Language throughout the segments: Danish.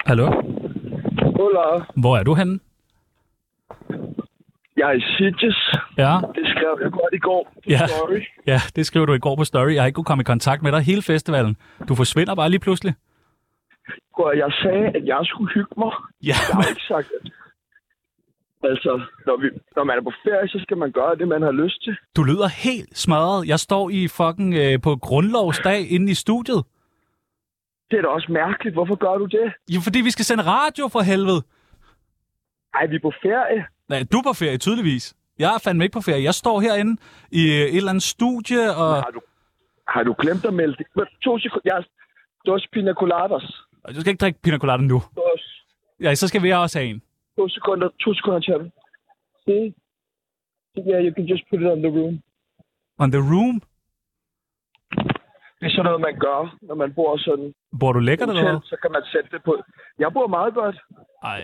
Hallo? Hola, Hvor er du henne? jeg er i Sitges. Ja, Det skrev jeg godt i går. Ja. Sorry. ja, det skrev du i går på story. Jeg har ikke kunne komme i kontakt med dig hele festivalen. Du forsvinder bare lige pludselig. Hvor jeg sagde, at jeg skulle hygge mig. Ja, Jeg har ikke sagt, at... Altså, når, vi, når man er på ferie, så skal man gøre det, man har lyst til. du lyder helt smadret. Jeg står i fucking øh, på grundlovsdag inde i studiet. Det er da også mærkeligt. Hvorfor gør du det? Jo, fordi vi skal sende radio for helvede. Ej, vi er på ferie. Nej, du er på ferie, tydeligvis. Jeg er fandme ikke på ferie. Jeg står herinde i øh, et eller andet studie, og Har du, har du glemt at melde det? Men, to sekunder. Jeg, dos pina coladas. du skal ikke drikke pina colada nu. Dos. Ja, så skal vi også have en. To sekunder. To sekunder, Chappi. See? Yeah, you can just put it on the room. On the room. Det er sådan noget, man gør, når man bor sådan. Bor du lækkert eller hvad? Hotel, så kan man sætte det på. Jeg bor meget godt. Ej.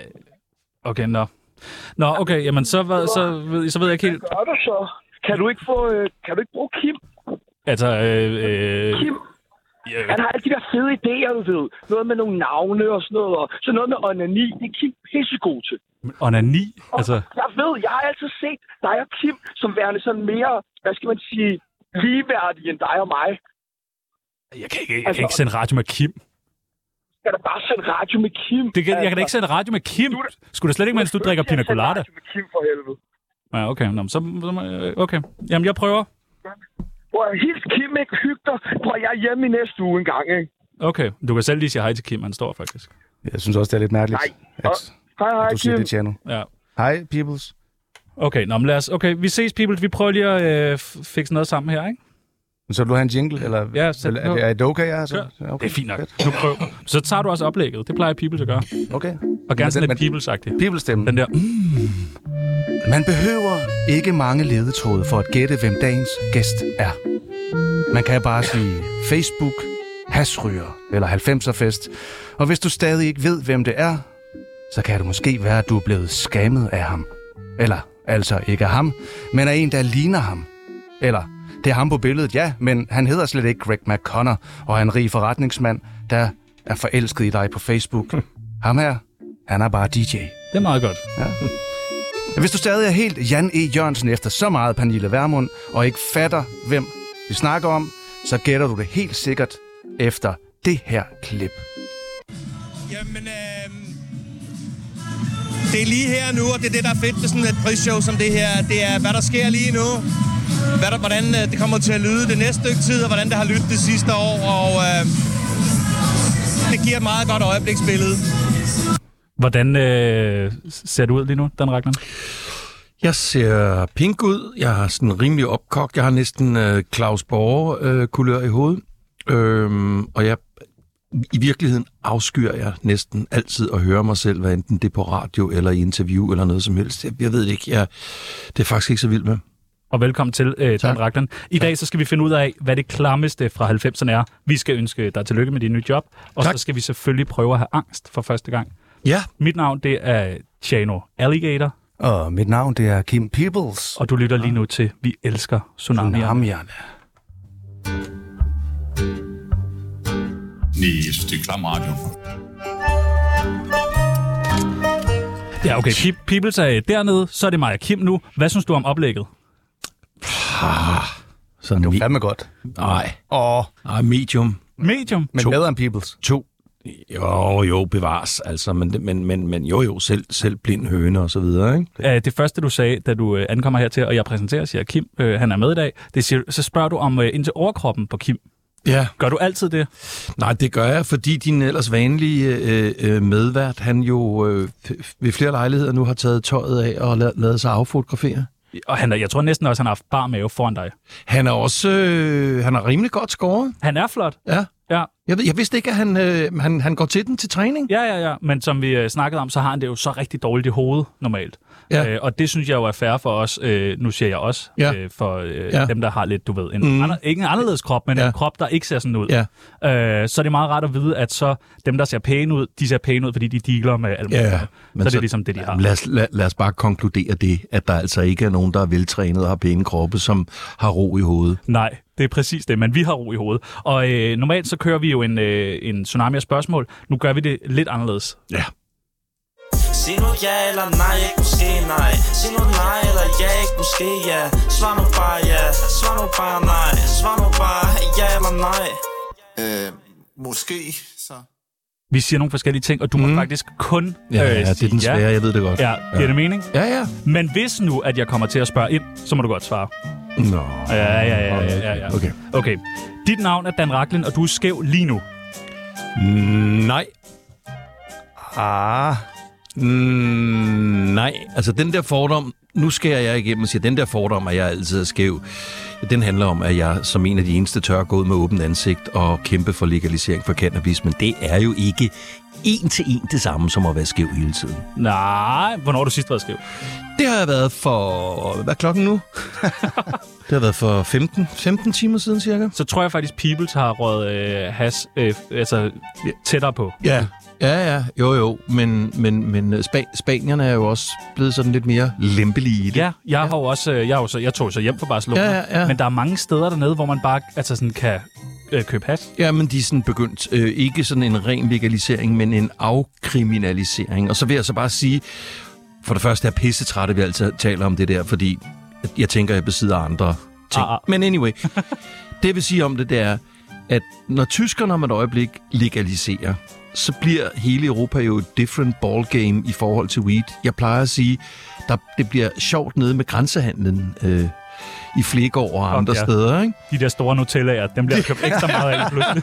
Okay, nå. Nå, okay, jamen så, hvad, så, ved, så ved jeg ikke helt... Gør du så? Kan du ikke, få, øh, kan du ikke bruge Kim? Altså, øh, øh, Kim, øh, han har alle de der fede idéer, du ved. Noget med nogle navne og sådan noget. Og så noget med onani. Det er Kim pissegod til. onani, altså... Jeg ved, jeg har altid set dig og Kim som værende sådan mere, hvad skal man sige, ligeværdige end dig og mig. Jeg kan ikke, jeg kan ikke sende radio med Kim. Skal da bare sende radio med Kim? Det kan, jeg kan da ikke sende radio med Kim. Skulle da slet ikke, mens du drikker pina colada. Radio med Kim for helvede. Ja, okay, nå, men så, så må jeg- okay. Jamen, jeg prøver. Prøv at hils Kim, ikke? Hyg dig. Prøv at jeg er hjemme i næste uge engang, ikke? Okay, du kan selv lige sige hej til Kim, han står faktisk. Jeg synes også, det er lidt mærkeligt, Nej. at Hej, hej, du siger Kim. det, Tjerno. Ja. Hej, peoples. Okay, nå, men lad os, okay, vi ses, people. Vi prøver lige at øh, f- fikse noget sammen her, ikke? Så vil du have en jingle, eller Ja, sæt eller, er, den det, på. er det okay, jeg så? Kør. Okay. Det er fint nok. Nu prøver. Så tager du også oplægget. Det plejer people at gøre. Okay. Og gerne sådan den- lidt men- people-agtigt. People-stemmen. Den der, mm, Man behøver ikke mange ledetråde for at gætte, hvem dagens gæst er. Man kan bare sige Facebook, hasryger eller 90'er-fest. Og hvis du stadig ikke ved, hvem det er, så kan det måske være, at du er blevet skammet af ham. Eller altså ikke af ham, men af en, der ligner ham. Eller det er ham på billedet, ja, men han hedder slet ikke Greg McConnor og er en rig forretningsmand, der er forelsket i dig på Facebook. ham her, han er bare DJ. det er meget godt. Hvis du stadig er helt Jan E. Jørgensen efter så meget Pernille Vermund, og ikke fatter, hvem vi snakker om, så gætter du det helt sikkert efter det her klip. Jamen, øh, det er lige her nu, og det er det, der er fedt ved sådan et prisshow som det her. Det er, hvad der sker lige nu, hvad der, hvordan øh, det kommer til at lyde det næste stykke tid, og hvordan det har lyttet det sidste år, og øh, det giver et meget godt øjebliksbillede. Hvordan øh, ser det ud lige nu, Dan Ragnar? Jeg ser pink ud. Jeg er sådan rimelig opkogt. Jeg har næsten øh, Claus Borger-kulør i hovedet. Øhm, og jeg, i virkeligheden afskyr jeg næsten altid at høre mig selv, hvad enten det er på radio eller i interview eller noget som helst. Jeg, jeg ved det ikke. Jeg, det er faktisk ikke så vild med. Og velkommen til, øh, Dan Raglan. I dag så skal vi finde ud af, hvad det klammeste fra 90'erne er. Vi skal ønske dig tillykke med din nye job, og Tak. så skal vi selvfølgelig prøve at have angst for første gang. Ja, Mit navn det er Chano Alligator, Og mit navn det er Kim Peoples. og du lytter lige nu til Vi elsker tsunamier. Tsunami. Namjerne. Nej, jeg synes, det er klam radio. Ja, okay. Pe- Peoples er øh, dernede, så er det mig og Kim nu. Hvad synes du om oplægget? sådan mi- Fandme godt. nej, Åh, nej, medium. Medium. men To. bedre end Peoples. To. Jo, jo, bevares. Altså, men, men, men, men jo, jo, selv, selv blind høne og så videre, ikke? Æh, øh, det første, du sagde, da du øh, ankommer hertil, og jeg præsenterer, siger Kim, øh, han er med i dag, det siger, så spørger du om øh, ind til overkroppen på Kim. Ja, Gør du altid det? Nej, det gør jeg, fordi din ellers vanlige øh, øh, medvært, han jo øh, f- ved flere lejligheder nu har taget tøjet af og la- lavet sig affotografere. Og han, er- jeg tror næsten også, han har haft bar mave foran dig. Han er også øh, han er rimelig godt skåret. Han er flot. Ja. Ja, Jeg, ved, jeg vidste ikke, at han, øh, han, han går til den til træning. ja, ja. ja. Men som vi øh, snakkede om, så har han det jo så rigtig dårligt i hovedet normalt. Ja. Øh, og det synes jeg jo er fair for os. Øh, nu siger jeg også Ja. øh, for øh, ja. Ja. Mhm. dem, der har lidt, du ved, en, mm. ander, ikke en anderledes krop, men ja. Ja. en krop, der ikke ser sådan ud. Øh, så er det meget rart at vide, at så dem, der ser pæne ud, de ser pæne ud, fordi de dealer med alt muligt. ja. så, er det ligesom det, de har. Lad os, lad, lad os bare konkludere det, at der altså ikke er nogen, der er veltrænet og har pæne kroppe, som har ro i hovedet. Nej, Det er præcis det, men vi har ro i hovedet. Og øh, normalt så kører vi jo en, øh, en tsunami af spørgsmål. Nu gør vi det lidt anderledes. Ja. Sig nu ja eller nej, ikke måske nej Sig nu nej eller ja, ikke måske ja Svar nu bare ja, svar nu bare nej Svar nu bare ja eller nej Øh, måske, så... Vi siger nogle forskellige ting, og du mm. må faktisk kun Mhm. Ja, øh, ja, det er sige den svære, jeg ved det godt. Ja, giver det mening? Ja, ja. Men hvis nu, at jeg kommer til at spørge ind, så må du godt svare. Nå. Ja, ja, ja, ja, ja, ja. Okay. Okay. Dit navn er Dan Raklin, og du er skæv lige nu. Mm, Nej. Ah, Mm, nej. Altså, den der fordom... Nu skærer jeg igennem og siger, den der fordom, at jeg altid er skæv, den handler om, at jeg som en af de eneste tør gå ud med åbent ansigt og kæmpe for legalisering for cannabis, men det er jo ikke en til en det samme som at være skæv hele tiden. Nej, hvornår har du sidst været skæv? Det har jeg været for... Hvad er klokken nu? det har været for 15, 15 timer siden cirka. Så tror jeg faktisk, Peoples har røget øh, has øh, altså, tættere på. Ja. Ja, ja, jo jo, men, men, men øh, spa- spanierne er jo også blevet sådan lidt mere lempelige i det. Ja, jeg har jo også, øh, jeg, har jo så, jeg tog så hjem fra Barcelona, Ja, ja, ja. men der er mange steder dernede, hvor man bare altså sådan kan øh, købe has. Ja, men de er sådan begyndt. Øh, ikke sådan en ren legalisering, men en afkriminalisering. Og så vil jeg så bare sige, for det første er jeg pissetræt, at vi altid taler om det der, fordi jeg tænker, jeg besidder andre ting. Ah, ah. Men anyway, det jeg vil sige om det, det er, at når tyskerne om et øjeblik legaliserer, så bliver hele Europa jo et different ballgame i forhold til weed. Jeg plejer at sige, der, det bliver sjovt nede med grænsehandlen øh, i Flegård og andre ja. okay. steder, ikke? De der store Nutellaer, dem bliver der købt ekstra meget af pludselig.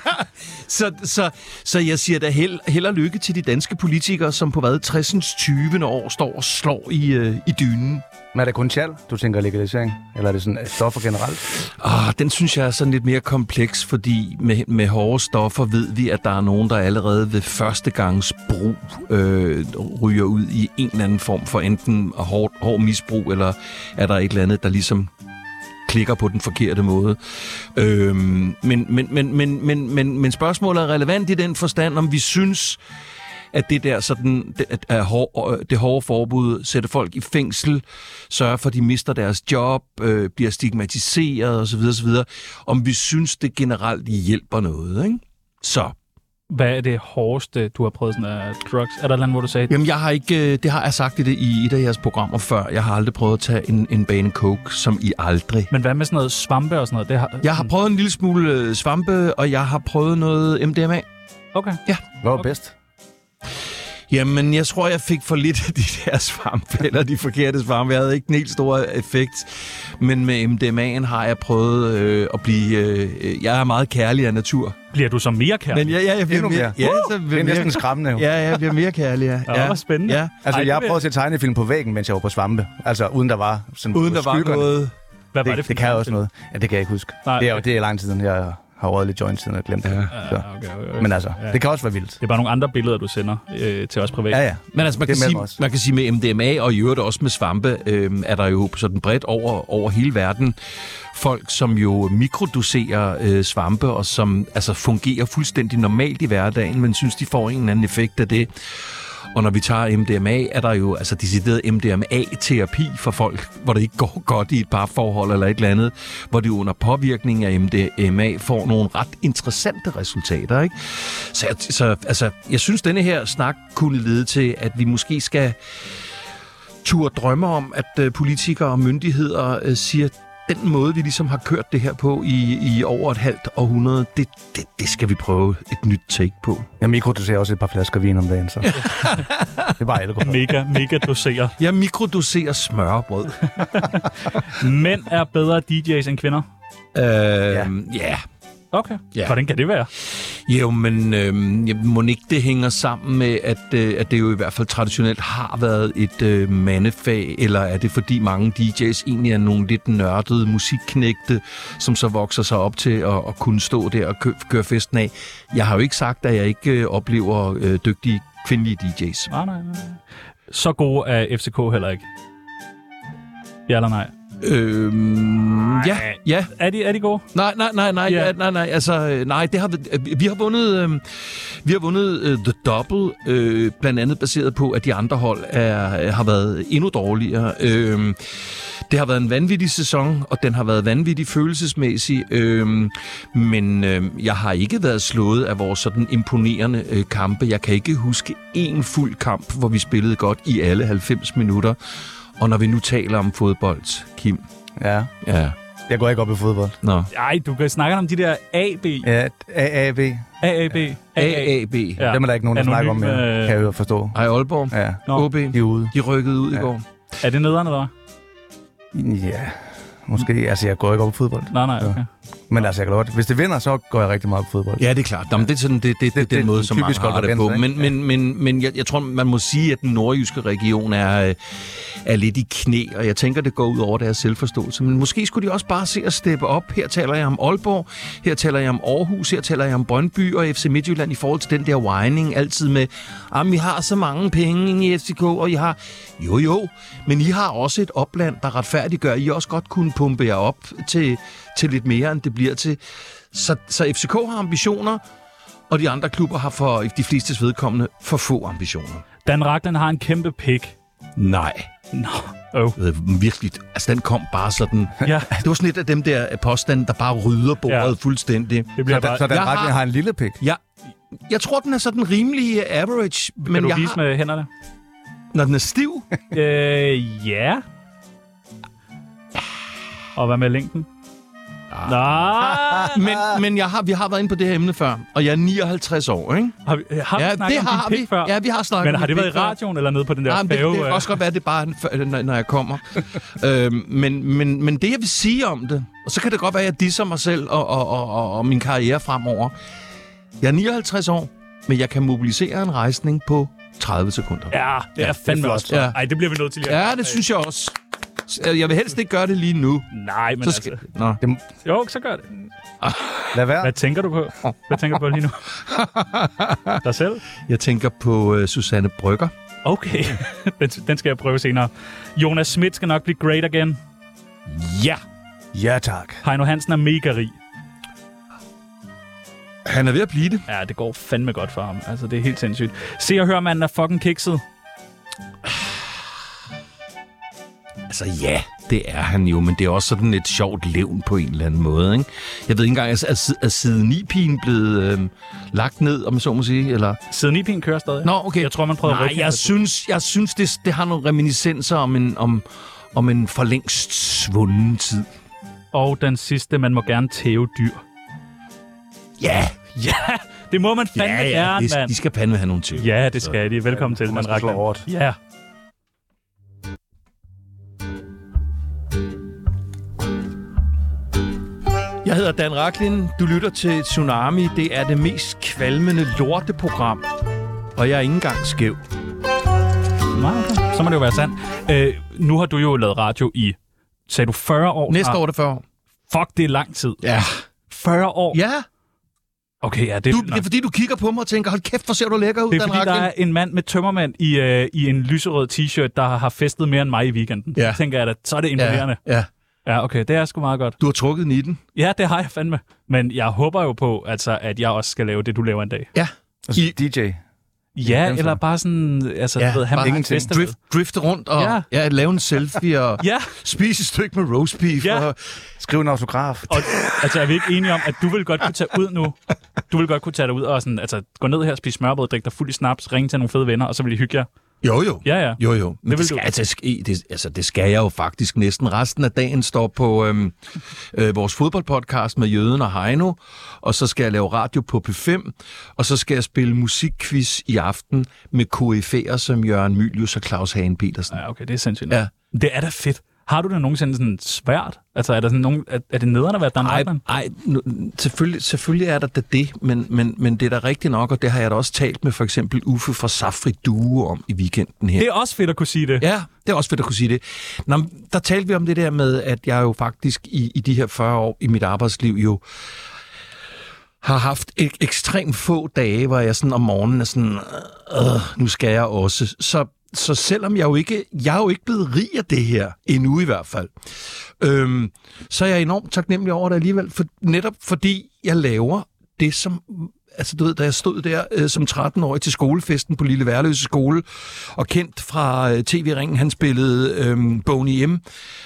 Så, så, så jeg siger da held, held og lykke til de danske politikere, som på hvad, 60. 20. år står og slår i, øh, i dynen. men er det kun tjal, du tænker legalisering? Eller er det sådan øh, stoffer generelt? Ah, den synes jeg er sådan lidt mere kompleks, fordi med, med hårde stoffer ved vi, at der er nogen, der allerede ved første gangs brug øh, ryger ud i en eller anden form for enten hård, hård misbrug, eller er der et eller andet, der ligesom klikker på den forkerte måde. Øhm, men, men, men, men, men, men, men spørgsmålet er relevant i den forstand, om vi synes, at det der sådan, det, at, at hår, øh, det hårde forbud sætter folk i fængsel, sørger for, at de mister deres job, øh, bliver stigmatiseret osv. osv. Om vi synes, det generelt hjælper noget, ikke? Så, Hvad er det hårdeste, du har prøvet sådan af drugs? Er der et eller andet, hvor du sagde, jamen jeg har ikke, øh, det har jeg sagt i, det, i et af jeres programmer før, jeg har aldrig prøvet at tage en, en bane coke, som I aldrig. men hvad med sådan noget svampe og sådan noget? Det har, Jeg har prøvet en lille smule øh, svampe, og jeg har prøvet noget MDMA. Okay. Hvad var bedst? Jamen, jeg tror, jeg fik for lidt af de der svampe, eller de forkerte svampe. Jeg havde ikke den helt store effekt. Men med MDMA'en har jeg prøvet øh, at blive... Øh, øh, jeg er meget kærlig af natur. Bliver du så mere kær? Men ja, ja, jeg bliver Endnu mere. Ja, så Det er bliver næsten mere, skræmmende jo. ja, ja, jeg bliver mere kærlig, ja. Ja, ja. hvor spændende. Ja. Altså, Ej, jeg har det- prøvet at se tegnefilm på væggen, mens jeg var på svampe. Altså, uden der var sådan Uden der var skyggerne. noget... Hvad var Det, det, det, for det kan jeg også noget. Ja, det kan jeg ikke huske. Nej, Nej, det, er, jo- okay. det er lang tid siden, jeg har røget lidt joint siden og glemt det. Ja. Så. Ja, okay, okay, okay. Men altså, det kan også være vildt. Det er bare nogle andre billeder, du sender øh, til os privat. Ja, ja. Men altså, man Det kan, er med sige, mig også. man kan sige, med MDMA og i øvrigt også med svampe, øh, er der jo sådan bredt over, over hele verden folk, som jo mikrodoserer øh, svampe, og som altså, fungerer fuldstændig normalt i hverdagen, men synes, de får en eller anden effekt af det. Og når vi tager MDMA, er der jo altså decideret MDMA-terapi for folk, hvor det ikke går godt i et parforhold eller et eller andet, hvor de under påvirkning af MDMA får nogle ret interessante resultater. Ikke? Så, jeg, så altså, jeg synes, denne her snak kunne lede til, at vi måske skal turde drømme om, at øh, politikere og myndigheder øh, siger, den måde, vi ligesom har kørt det her på i, i over et halvt århundrede, det, det, det skal vi prøve et nyt take på. Jeg mikrodoserer også et par flasker vin om dagen, så. det er bare alkohol. Mega, mega doserer. Jeg mikrodoserer smørbrød. Mænd er bedre DJ's end kvinder. Øhm, ja. Yeah. Okay. Ja. Hvordan kan det være? Jo, men øhm, jeg må ikke det hænger sammen med, at, øh, at det jo i hvert fald traditionelt har været et øh, mandefag, eller er det fordi mange DJ's egentlig er nogle lidt nørdede musikknægte, som så vokser sig op til at, at kunne stå der og køre, køre festen af? Jeg har jo ikke sagt, at jeg ikke øh, oplever øh, dygtige kvindelige DJ's. Nej, nej, nej. Så gode er FCK heller ikke. Ja eller nej? Øhm, ja, ja. Er de, er de gode? Nej, nej, nej, nej, Ja. ja. nej, nej, altså, øh, nej, det har, vi- øh, vi har vundet, øh, vi har vundet øh, The Double, øh, blandt andet baseret på, at de andre hold er, har været endnu dårligere. Øh, Det har været en vanvittig sæson, og den har været vanvittig følelsesmæssig, øhm, men øhm, jeg har ikke været slået af vores sådan imponerende øh, kampe. Jeg kan ikke huske en fuld kamp, hvor vi spillede godt i alle 90 minutter. Og når vi nu taler om fodbold, Kim, Ja. ja, Jeg går ikke op i fodbold. nå, Ej, du kan snakke om de der AB, Ja, AAB. AAB, AA. AAB, Ja. Dem er der ikke nogen, der snakker om Anonyme, mere, øh, kan jeg jo forstå. Ej Aalborg, Ja. Nå. OB, De er ude. de rykkede ud i Ja. går. Er det nederen, eller hvad? Ja, måske. Altså, jeg går ikke op i fodbold. Nej, nej, okay. Men altså, jeg kan godt. Hvis det vinder, så går jeg rigtig meget op i fodbold. Ja, det er klart. Nå, men det er sådan, det, det, det, det, det er den måde, som mange typisk har det på. Aalborgenser, Men, men, men, men jeg, jeg tror, man må sige, at den nordjyske region er, øh, er lidt i knæ, og jeg tænker, det går ud over deres selvforståelse. Men måske skulle de også bare se at steppe op. Her taler jeg om Aalborg, her taler jeg om Aarhus, her taler jeg om Brøndby og FC Midtjylland i forhold til den der whining altid med, at vi har så mange penge i FCK, og I har... Jo, jo, men I har også et opland, der retfærdiggør, at I også godt kunne pumpe jer op til, til lidt mere, end det bliver til. Så, så FCK har ambitioner, og de andre klubber har for de flestes vedkommende for få ambitioner. Dan Ragland har en kæmpe pik. Nej. Nå, øv. Øh, virkelig. Altså, den kom bare sådan... Oh. Ja, Det var sådan et af dem der øh, påstande, der bare rydder bordet Ja. ja. fuldstændig. det bliver Så, bare... da, så den Jeg ret, har- jeg har en lille pik. Jeg, jeg tror, den er sådan rimelig øh, average, men Kan du jeg vise har, med hænderne? når den er stiv... Øh, ja. Og hvad med længden? Ah. Nej. men men jeg har, vi har været inde på det her emne før, og jeg er 59 år, ikke? Har vi, har vi ja, snakket om din pik vi. før? Ja, vi har snakket Men om har min det været pik i før. radioen eller nede på den der Ja, men det, færge? det kan øh? også godt være, at det bare er, den før- når, når jeg kommer. øhm, men, men, men det, jeg vil sige om det, og så kan det godt være, at jeg disser mig selv og, og, og, og, og min karriere fremover. Jeg er 59 år, men jeg kan mobilisere en rejsning på 30 sekunder. Ja, det er fandme flot. også flot. Ja. Ej, det bliver vi nødt til lige at- ja det synes jeg også. S- øh, Jeg vil helst ikke gøre det lige nu. Nej, men Så skal... skal... altså... Nå. Jo, så gør det. Lad være. Hvad tænker du på? Hvad tænker du på lige nu? Dig selv? Jeg tænker på uh, Susanne Brygger. Okay, den, den skal jeg prøve senere. Jonas Schmidt skal nok blive great again. Ja. Ja, tak. Heino Hansen er mega rig. Han er ved at blive det. Ja, det går fandme godt for ham. Altså, det er helt sindssygt. Se og hør, manden er fucking kikset. Altså ja, det er han jo, men det er også sådan et sjovt levn på en eller anden måde. Ikke? Jeg ved ikke engang, er, er, er side 9-pigen blevet øh, lagt ned, om jeg så må sige? Eller? Siden Ipin kører stadig. Nå, okay. Jeg tror, man prøver at Nej, rykke jeg hende. synes, jeg synes det, det har nogle reminiscenser om en, om, om en for længst svunden tid. Og den sidste, man må gerne tæve dyr. Ja, Ja, det må man fandme ja, ja. gerne, De, mand. de skal pande med have nogle til. Ja, det skal de. Velkommen til, man man skal slå Ragnar. hårdt. Ja. Jeg hedder Dan Raklin. Du lytter til Tsunami. Det er det mest kvalmende lorteprogram. Og jeg er ikke engang skæv. Meget okay. Så må det jo være sandt. Øh, nu har du jo lavet radio i, sagde du 40 år? Næste snart? år er det 40 år. Fuck, det er lang tid. Ja. 40 år? Ja, Okay, ja, det, du, er- det er fordi, du kigger på mig og tænker, hold kæft, hvor ser du lækker ud, det er Dan fordi, der Raklin. er en mand med tømmermand i, øh, i en lyserød t-shirt, der har festet mere end mig i weekenden. Ja. Så tænker jeg da, så er det imponerende. Ja, ja. Ja. ja, okay, det er sgu meget godt. Du har trukket 19. Ja, det har jeg fandme. Men jeg håber jo på, altså, at jeg også skal lave det, du laver en dag. Ja. Altså, I- DJ. Ja, den så. eller bare sådan, altså, ja, ved, han har bare en ingenting. fest, der ved. drift, drifte rundt og Ja. ja. Ja, lave en selfie og ja. Ja, spise et stykke med roast beef. Ja. Og, Skriv en autograf. og altså, er vi ikke enige om, at du vil godt kunne tage ud nu? Du vil godt kunne tage dig ud og sådan, altså, gå ned her, spise smørbrød, drikke dig fuld i snaps, ringe til nogle fede venner, og så vil I hygge jer. jo, jo. Ja, ja. Jo, jo. vil Men det, du. skal, altså, ske, det, altså, det skal jeg jo faktisk næsten. Resten af dagen står på øhm, øh, vores fodboldpodcast med Jøden og Heino, og så skal jeg lave radio på P5, og så skal jeg spille musikquiz i aften med KF'er som Jørgen Mylius og Claus Hagen Petersen. Ja, okay, det er sindssygt. Ja. Det er da fedt. Har du det nogensinde sådan svært? Altså, er, der sådan nogen, er, er det nederen at være Dan Ragland? Nej, selvfølgelig, selvfølgelig er der da det, men, men, men det er da rigtigt nok, og det har jeg da også talt med for eksempel Uffe fra Safri Due om i weekenden her. Det er også fedt at kunne sige det. Ja, det er også fedt at kunne sige det. Nå, men der talte vi om det der med, at jeg jo faktisk i, i de her 40 år i mit arbejdsliv jo har haft ek- ekstremt få dage, hvor jeg sådan om morgenen er sådan, øh, nu skal jeg også. Så, så selvom jeg jo ikke, jeg er jo ikke blevet rig af det her, endnu i hvert fald, øhm, så er jeg enormt taknemmelig over det alligevel, for, netop fordi jeg laver det, som altså, du ved, da jeg stod der øh, som 13-årig til skolefesten på Lille Værløse skole, og kendt fra øh, tv-ringen, han spillede øh, Boney M.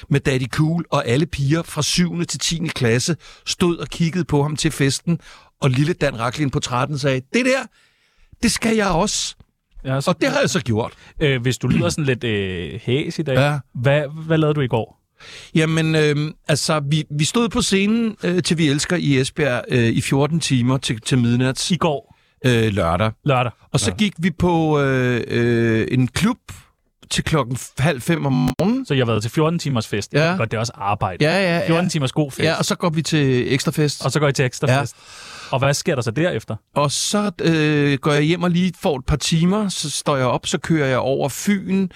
med Daddy Cool, og alle piger fra 7. til 10. klasse stod og kiggede på ham til festen, og lille Dan Raklin på 13 sagde, det der, det skal jeg også. Ja, så, Og det har jeg så gjort. øh, hvis du lyder sådan lidt øh, hæs i dag, Ja. ja. hvad, hvad lavede du i går? Jamen, øh, altså, vi, vi stod på scenen øh, til Vi Elsker i Esbjerg øh, i 14 timer til, til midnat I går øh, lørdag. lørdag. Og så gik vi på øh, øh, en klub til klokken halv fem om morgenen. Så jeg har været til 14 timers fest. Ja. Godt, det er også arbejde. Ja, ja, ja. 14 timers god fest. Ja, og så går vi til ekstrafest. Og så går I til ekstra Ja. ja. fest. Og hvad sker der så derefter? Og så øh, går jeg hjem og lige får et par timer, så står jeg op, så kører jeg over Fyn,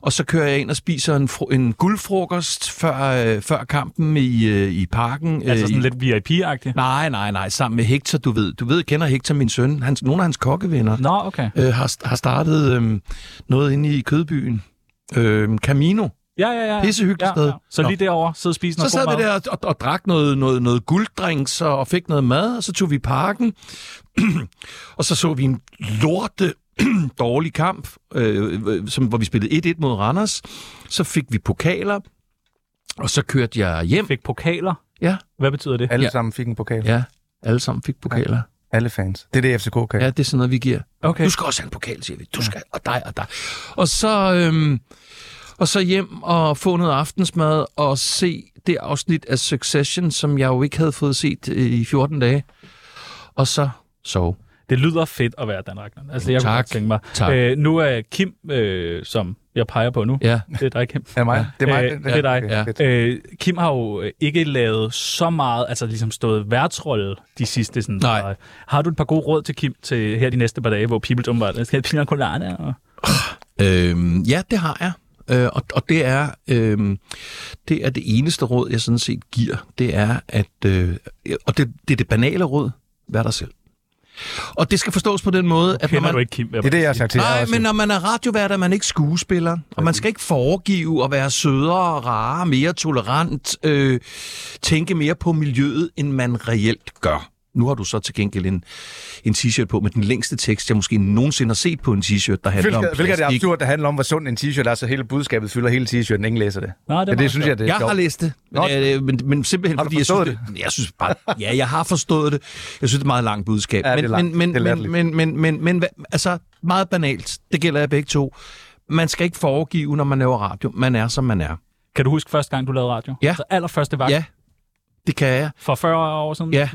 og så kører jeg ind og spiser en, fro- en guldfrokost før, øh, før kampen i, øh, i parken. Øh, altså øh, i- sådan lidt VIP-agtigt? Nej, nej, nej, sammen med Hector, du ved. Du ved, kender Hector, min søn. Hans, nogle af hans kokkevenner Nå, okay. øh, har, har startet øh, noget inde i Kødbyen. Øh, Camino. Ja, ja, ja. Pissehyggeligt ja, sted. Ja. Så Nå. lige derovre, sidde og spise Så noget sad god vi mad. der og, og, og drak noget, noget, noget gulddrinks og, og fik noget mad, og så tog vi i parken, og så så vi en lorte dårlig kamp, øh, øh, som, hvor vi spillede 1-1 mod Randers. Så fik vi pokaler, og så kørte jeg hjem. Fik pokaler. Ja, Hvad betyder det? Alle Ja. ja. sammen fik en pokal. Ja. ja, alle sammen fik pokaler. Alle fans. Det er det, FCK kan. Ja, Ja. det er sådan noget, vi giver. Okay. Du skal også have en pokal, siger vi. Du skal, og dig og dig. Og så, øhm, og så hjem og få noget aftensmad og se det afsnit af Succession, som jeg jo ikke havde fået set øh, i 14 dage. Og så sove. Det lyder fedt at være Dan Ragnar. Altså, jeg Tak. kunne godt tænke mig. Tak. Øh, nu er Kim, øh, som jeg peger på nu. Ja. Det er dig, Kim. Er det mig? Det er mig. Øh, det er dig. Okay, Ja. fedt. Øh, Kim har jo øh, ikke lavet så meget, altså ligesom stået værtsrolle de sidste sådan. Nej. par- Har du et par gode råd til Kim til her de næste par dage, hvor People umiddelbart skal have pina colada? Og... Øhm, ja, det har jeg. Øh, og, og det er øhm, det er det eneste råd, jeg sådan set giver. Det er, at... Øh, og det, det er det banale råd. Vær dig selv. Og det skal forstås på den måde, at når Kender man, du ikke Kim? Det er det, jeg har sagt til jer Nej, også. men når man er radiovært, er man ikke skuespiller. Og man skal ikke foregive at være sødere, rare, mere tolerant, øh, tænke mere på miljøet, end man reelt gør. Nu har du så til gengæld en, en t-shirt på med den længste tekst, jeg måske nogensinde har set på en t-shirt, der handler Hvilket, om hvilket er det plastik. absurd, der handler om, hvor sund en t-shirt er, så hele budskabet fylder hele t-shirten, ingen læser det. Nej, det er ja, meget det synes jeg, det er Jeg har sjovt. læst det, men, Nå. øh, men, men simpelthen Har du fordi jeg synes, forstået det, jeg synes bare, ja, jeg har forstået det. Jeg synes, det er et meget langt budskab. Ja, det er men, langt. men, Det er men, latterligt. men, men, men, men, hvad- altså, meget banalt. Det gælder jeg begge to. Man skal ikke foregive, når man laver radio. Man er, som man er. Kan du huske første gang, du lavede radio? Ja. Altså allerførste vagt Ja, det kan jeg. for 40 år siden? Ja.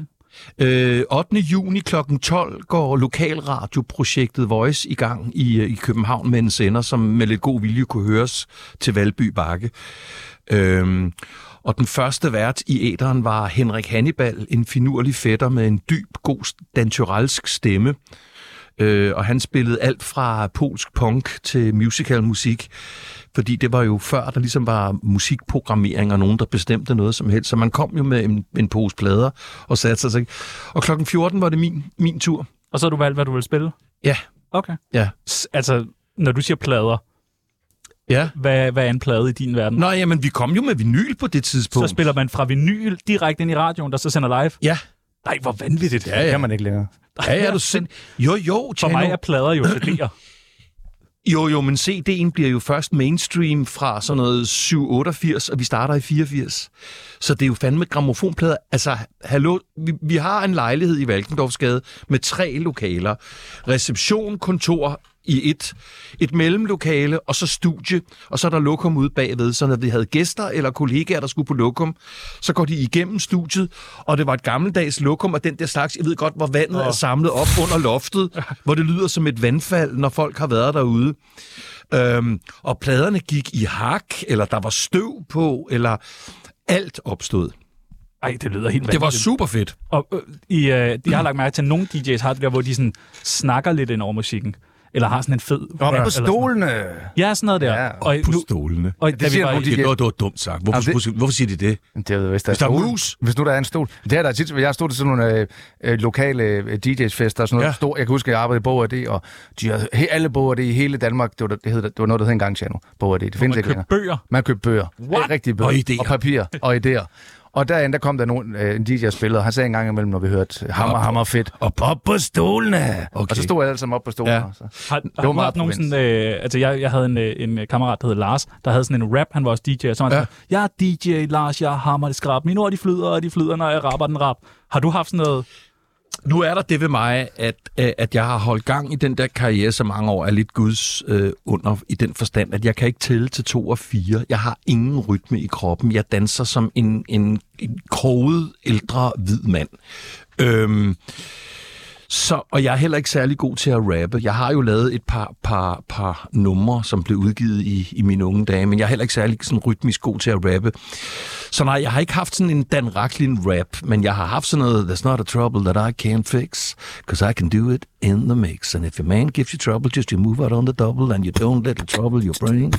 Øh, 8. juni kl. 12 går lokalradioprojektet Voice i gang i, øh, i København med en sender, som med lidt god vilje kunne høres til Valby Bakke. Øhm, og den første vært i æderen var Henrik Hannibal, en finurlig fætter med en dyb, god danturalsk stemme. Øh, og han spillede alt fra polsk punk til musicalmusik, fordi det var jo før, der ligesom var musikprogrammering og nogen, der bestemte noget som helst. Så man kom jo med en, en pose plader og satte sig. Og klokken 14 var det min, min tur. Og så har du valgt, hvad du vil spille? Ja, Okay. ja, S- altså, når du siger plader, ja. hvad, hvad er en plade i din verden? Nå, jamen, vi kom jo med vinyl på det tidspunkt. så spiller man fra vinyl direkte ind i radioen, der så sender live. Ja, Nej, hvor vanvittigt. ja, Det ja. kan man ikke længere. ja, ja du sind... Jo, jo, For Tjano. mig er plader jo CD'er. Jo, jo, men CD'en bliver jo først mainstream fra sådan noget 788, og vi starter i 84. Så det er jo fandme gramofonplader. Altså, hallo, vi, vi har en lejlighed i Valkendorfsgade med tre lokaler. Reception, kontor i et, et mellemlokale, og så studie, og så er der lokum ude bagved, så når vi havde gæster eller kollegaer, der skulle på lokum, så går de igennem studiet, og det var et gammeldags lokum, og den der slags, jeg ved godt, hvor vandet oh. er samlet op under loftet, hvor det lyder som et vandfald, når folk har været derude. Øhm, og pladerne gik i hak, eller der var støv på, eller alt opstod. Ej, det lyder helt Det var vanvittigt. super fedt. Og, øh, i, øh, jeg har lagt mærke til, at nogle DJ's har det der, hvor de sådan snakker lidt ind over musikken. Eller har sådan en fed... Op eller på sådan- stolene! Ja, sådan noget der. Ja, og, På nu, stolene. og da vi siger var nogle i, DJ's. Det var, det var dumt sagt. Hvorfor, Jamen, det... hvorfor siger de det? Men Det er jo, hvis der, Hvis der er stole. mus. Hvis nu der er en stol. Det her, der er tit, jeg har stået til sådan nogle øh, øh, lokale øh, DJ's-fester og sådan noget. Ja. Ja. Stor, jeg kan huske, at jeg arbejdede i Bog D, og de havde, he, alle Bog D i hele Danmark. Det var, der- det, hed, det var noget, der hed engang, Tjano. Bog D. Det findes man ikke købte længere. bøger. Man købte bøger. What? Rigtige bøger. Og idéer. Og papir og idéer. Og derinde, der kom der nogen, øh, en DJ, jeg spillede, og han sagde en gang imellem, når vi hørte hammer, hammer fedt, og op på stolene. Okay. Og så stod jeg alle sammen op på stolene. Ja. Ja. Og så. Har, har var du meget haft nogen sådan, øh, altså jeg, jeg havde en, øh, en øh, kammerat, der hed Lars, der havde sådan en rap, han var også DJ, og så var han ja. Ja. sådan, jeg er DJ, Lars, jeg hammer det skrab, mine ord de flyder, og de flyder, når jeg rapper den rap. Har du haft sådan noget? Nu er der det ved mig, at, øh, at jeg har holdt gang i den der karriere så mange år, er lidt guds øh, under i den forstand, at jeg kan ikke tælle til to og fire. Jeg har ingen rytme i kroppen. Jeg danser som en, en, en kroget, ældre, hvid mand. Øhm, så, og jeg er heller ikke særlig god til at rappe. Jeg har jo lavet et par, par, par numre, som blev udgivet i, i mine unge dage, men jeg er heller ikke særlig sådan rytmisk god til at rappe. Så nej, jeg har ikke haft sådan en Dan Racklin rap, men jeg har haft sådan noget, there's not a trouble that I can't fix, because I can do it in the mix. And if a man gives you trouble, just you move out on the double, and you don't let it trouble your brain.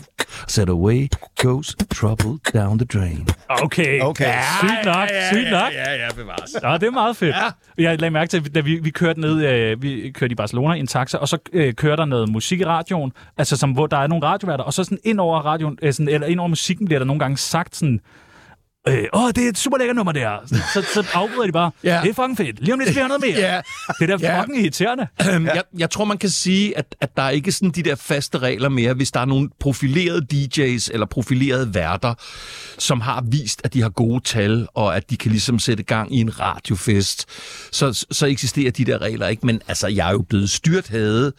Set away goes trouble down the drain. Okay, Okay. sygt nok, sygt nok. Ja, ja, bevares. Ja, det er meget fedt. Ja. Jeg lagde mærke til, at da vi, vi kørte ned, øh, vi kørte i Barcelona i en taxa, og så øh, kører der noget musik i radioen, altså som, hvor der er nogle radioværter, og så sådan ind over, radioen, øh, sådan, eller ind over musikken bliver der nogle gange sagt sådan, Øh, åh, det er et super lækker nummer, der. Så, så, så afbryder de bare, ja. Ja. det er fucking fedt. Lige om lidt skal vi have noget mere. Ja. Det er da Ja. fucking irriterende. Øhm, jeg, jeg tror, man kan sige, at, at der er ikke sådan de der faste regler mere, hvis der er nogle profilerede DJ's eller profilerede værter, som har vist, at de har gode tal, og at de kan ligesom sætte gang i en radiofest, så, så eksisterer de der regler ikke. Men altså, jeg er jo blevet styrt hade,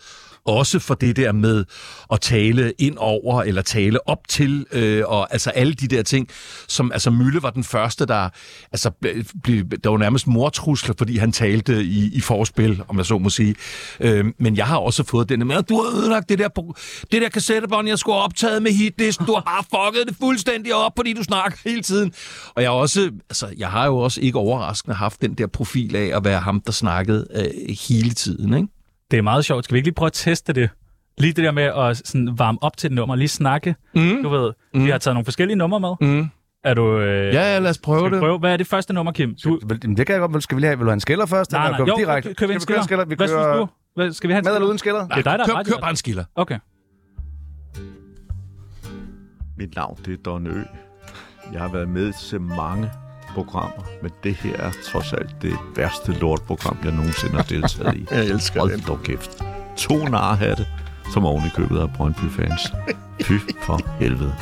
også for det der med at tale ind over, eller tale op til, øh, og altså alle de der ting, som, altså Mølle var den første, der, altså ble, ble, der var nærmest mortrusler, fordi han talte i, i forspil, om jeg så må sige. Øh, men jeg har også fået den der med, du har ødelagt det der, pro- det der kassettebånd, jeg skulle have optaget med hitlisten, du har bare fucket det fuldstændig op, fordi du snakker hele tiden. Og jeg har også, altså jeg har jo også ikke overraskende haft den der profil af at være ham, der snakkede øh, hele tiden, ikke? Det er meget sjovt. Skal vi ikke lige prøve at teste det? Lige det der med at sådan varme op til et nummer, lige snakke. Mm. Du ved, mm. vi har taget nogle forskellige numre med. Mm. Er du... Øh, Ja, ja, lad os prøve det. Prøv. Hvad er det første nummer, Kim? Du, Vel, jamen, Det kan jeg godt, vel, skal vi lige have, vil du have en skiller først? nej, nej, kører vi jo, direkte? kører vi en Skal køre skiller? Vi Hvad synes kører du? Hvad, skal vi have en med eller skiller? uden skiller? Det er dig, der Kør, er kør bare en skiller. Okay. Mit navn det er Don Ø. Jeg har været med til mange programmer, men det her er trods alt det værste lortprogram, jeg nogensinde har deltaget i. jeg elsker Hold det. dog kæft. To narhatte, som oven i købet af Brøndby-fans. Fy for helvede.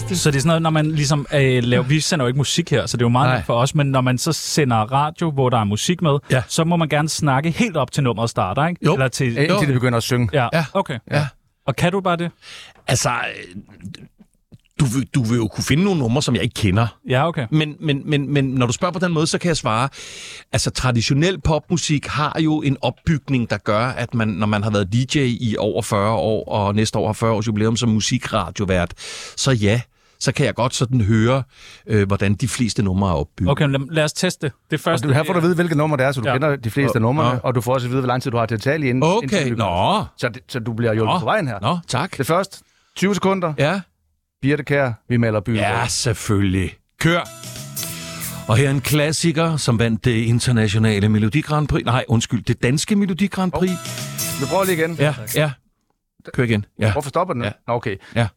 Så det er sådan noget, når man ligesom øh, laver... Vi sender jo ikke musik her, så det er jo meget Nej. nemt for os, men når man så sender radio, hvor der er musik med, Ja. så må man gerne snakke helt op til nummeret starter, ikke? Jo. Eller til... Øh, Indtil de begynder at synge. Ja, Ja. okay. Ja. Og kan du bare det? Altså, øh, du vil, du vil jo kunne finde nogle numre, som jeg ikke kender. Ja, okay. Men, men, men, men når du spørger på den måde, så kan jeg svare. Altså, traditionel popmusik har jo en opbygning, der gør, at man, når man har været DJ i over 40 år, og næste år har 40 års jubilæum som musikradiovært, så ja, så kan jeg godt sådan høre, øh, hvordan de fleste numre er opbygget. Okay, lad, lad os teste det. Det Og første... Altså, du, her får du at vide, hvilket nummer det er, så du Ja. ja. kender de fleste numre, og du får også at vide, hvor lang tid du har til at tale i, inden, Okay, indtil vi- nå, Så, det, så du bliver hjulpet Nå. på vejen her. nå, tak. Det første, 20 sekunder. Ja. Birte Kær, vi maler byen. Ja, selvfølgelig. Kør! Og her er en klassiker, som vandt det internationale Melodi Grand Prix. Nej, undskyld, det danske Melodi Grand Prix. Oh, Vi prøver lige igen. ja, ja. Kør igen. Ja. Hvorfor stopper den? Ja. Ja. Okay. Ja.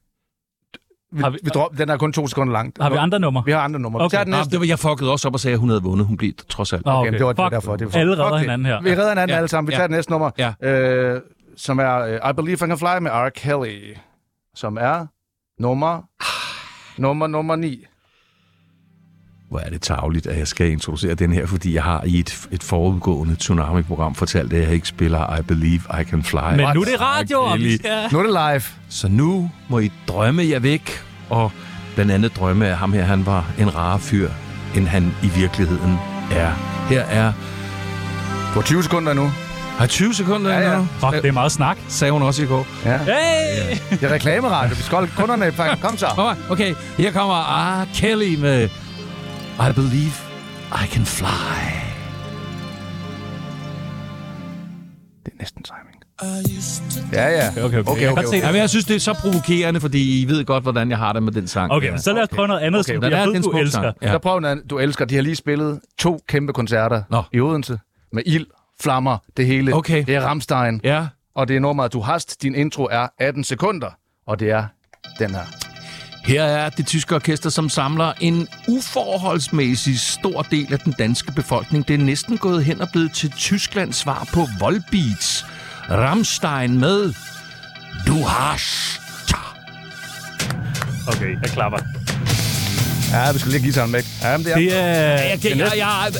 Vi, Har vi- vi drop, den er kun to sekunder lang. Har vi andre numre? Vi har andre numre. Okay. Vi tager den Nå, næste. det var, jeg fuckede også op og sagde, at hun havde vundet. Hun blev det trods alt. Nå, Okay, det var det var Fuck. derfor. Det var Alle Fuck redder det. hinanden her. Vi redder hinanden Ja. alle sammen. Vi Ja. tager det næste nummer, Ja. øh, som er øh, I Believe I Can Fly med R. Kelly, som er nummer, nummer nummer 9. Hvor er det tageligt, at jeg skal introducere den her, fordi jeg har i et, et forudgående Tsunami-program fortalt, at jeg ikke spiller I Believe I Can Fly. Men nu er det radio, og vi skal... Nu er det live. Så nu må I drømme jer væk, og blandt andet drømme af ham her, han var en rar fyr, end han i virkeligheden er. Her er... Du har 20 sekunder nu. Har 20 sekunder Ja, ja, ja. ja. Fuck, det er meget snak. sagde hun også i går. Ja. Hey! Det er reklameradio. Vi skal holde kunderne i pakken. Kom så. Okay, okay, her kommer R. Kelly med I Believe I Can Fly. Det er næsten timing. Ja, ja. Okay, okay. okay. Okay, Jeg kan okay, godt se okay. det. Jamen, jeg synes, det er så provokerende, fordi I ved godt, hvordan jeg har det med den sang. Okay, men så lad os prøve noget andet, Okay, som Den jeg er ved, den du smuk elsker. sang. Ja. Så prøv noget. Du elsker. De har lige spillet to kæmpe koncerter Nå. i Odense med ild, flammer, det hele. Okay. Det er Ramstein. ja. Og det er nummeret, du hast. Din intro er 18 sekunder. Og det er den her. Her er det tyske orkester, som samler en uforholdsmæssig stor del af den danske befolkning. Det er næsten gået hen og blevet til Tysklands svar på Volbeats. Rammstein med Du hast. Okay, jeg klapper. Ja, vi skal lige give sammen med. Ja, men det er... Det er... Jeg, jeg, jeg, jeg,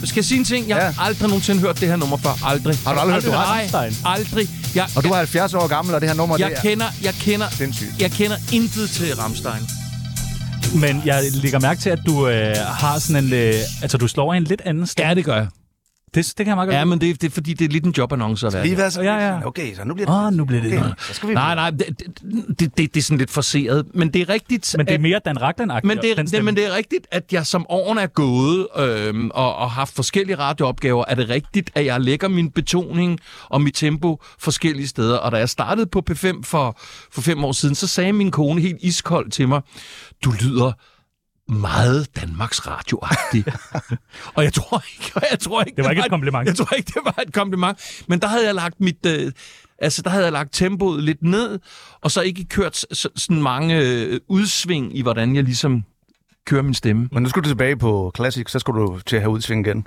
jeg, skal jeg sige en ting? Jeg har Ja. aldrig nogensinde hørt det her nummer før. Aldrig. Har du aldrig hørt det, Nej, Rammstein? aldrig. Jeg, Og du er 70 år gammel, og det her nummer, jeg, det jeg er... kender, jeg kender, Sindssygt. jeg kender intet til Rammstein. Men jeg lægger mærke til, at du øh, har sådan en... Øh, altså, du slår af en lidt anden stemme. Ja, det gør jeg. Det, det kan jeg meget godt Altså, Ja, men det, det er fordi, det er lidt en jobannonce at være. Lige hvad så? Ja, ja. Okay, så nu bliver det... Åh, oh, nu bliver det... Okay, Okay. så skal vi... Nej, nej, det, det, det, det er sådan lidt forseret. Men det er rigtigt, Men det er Øh, at- mere Dan Ragland-agtigt. men det, er- den det, stemme. men det er rigtigt, at jeg som årene er gået øhm, og, og har haft forskellige radioopgaver, er det rigtigt, at jeg lægger min betoning og mit tempo forskellige steder. Og da jeg startede på P5 for, for fem år siden, så sagde min kone helt iskold til mig, du lyder meget Danmarks radio og jeg tror ikke, og jeg tror ikke Det var ikke et kompliment. Jeg tror ikke, det var et kompliment. Men der havde jeg lagt mit... Øh, altså, der havde jeg lagt tempoet lidt ned, og så ikke kørt s- s- sådan mange øh, udsving i, hvordan jeg ligesom kører min stemme. Men nu skal du tilbage på Classic, så skal du til at have udsving igen.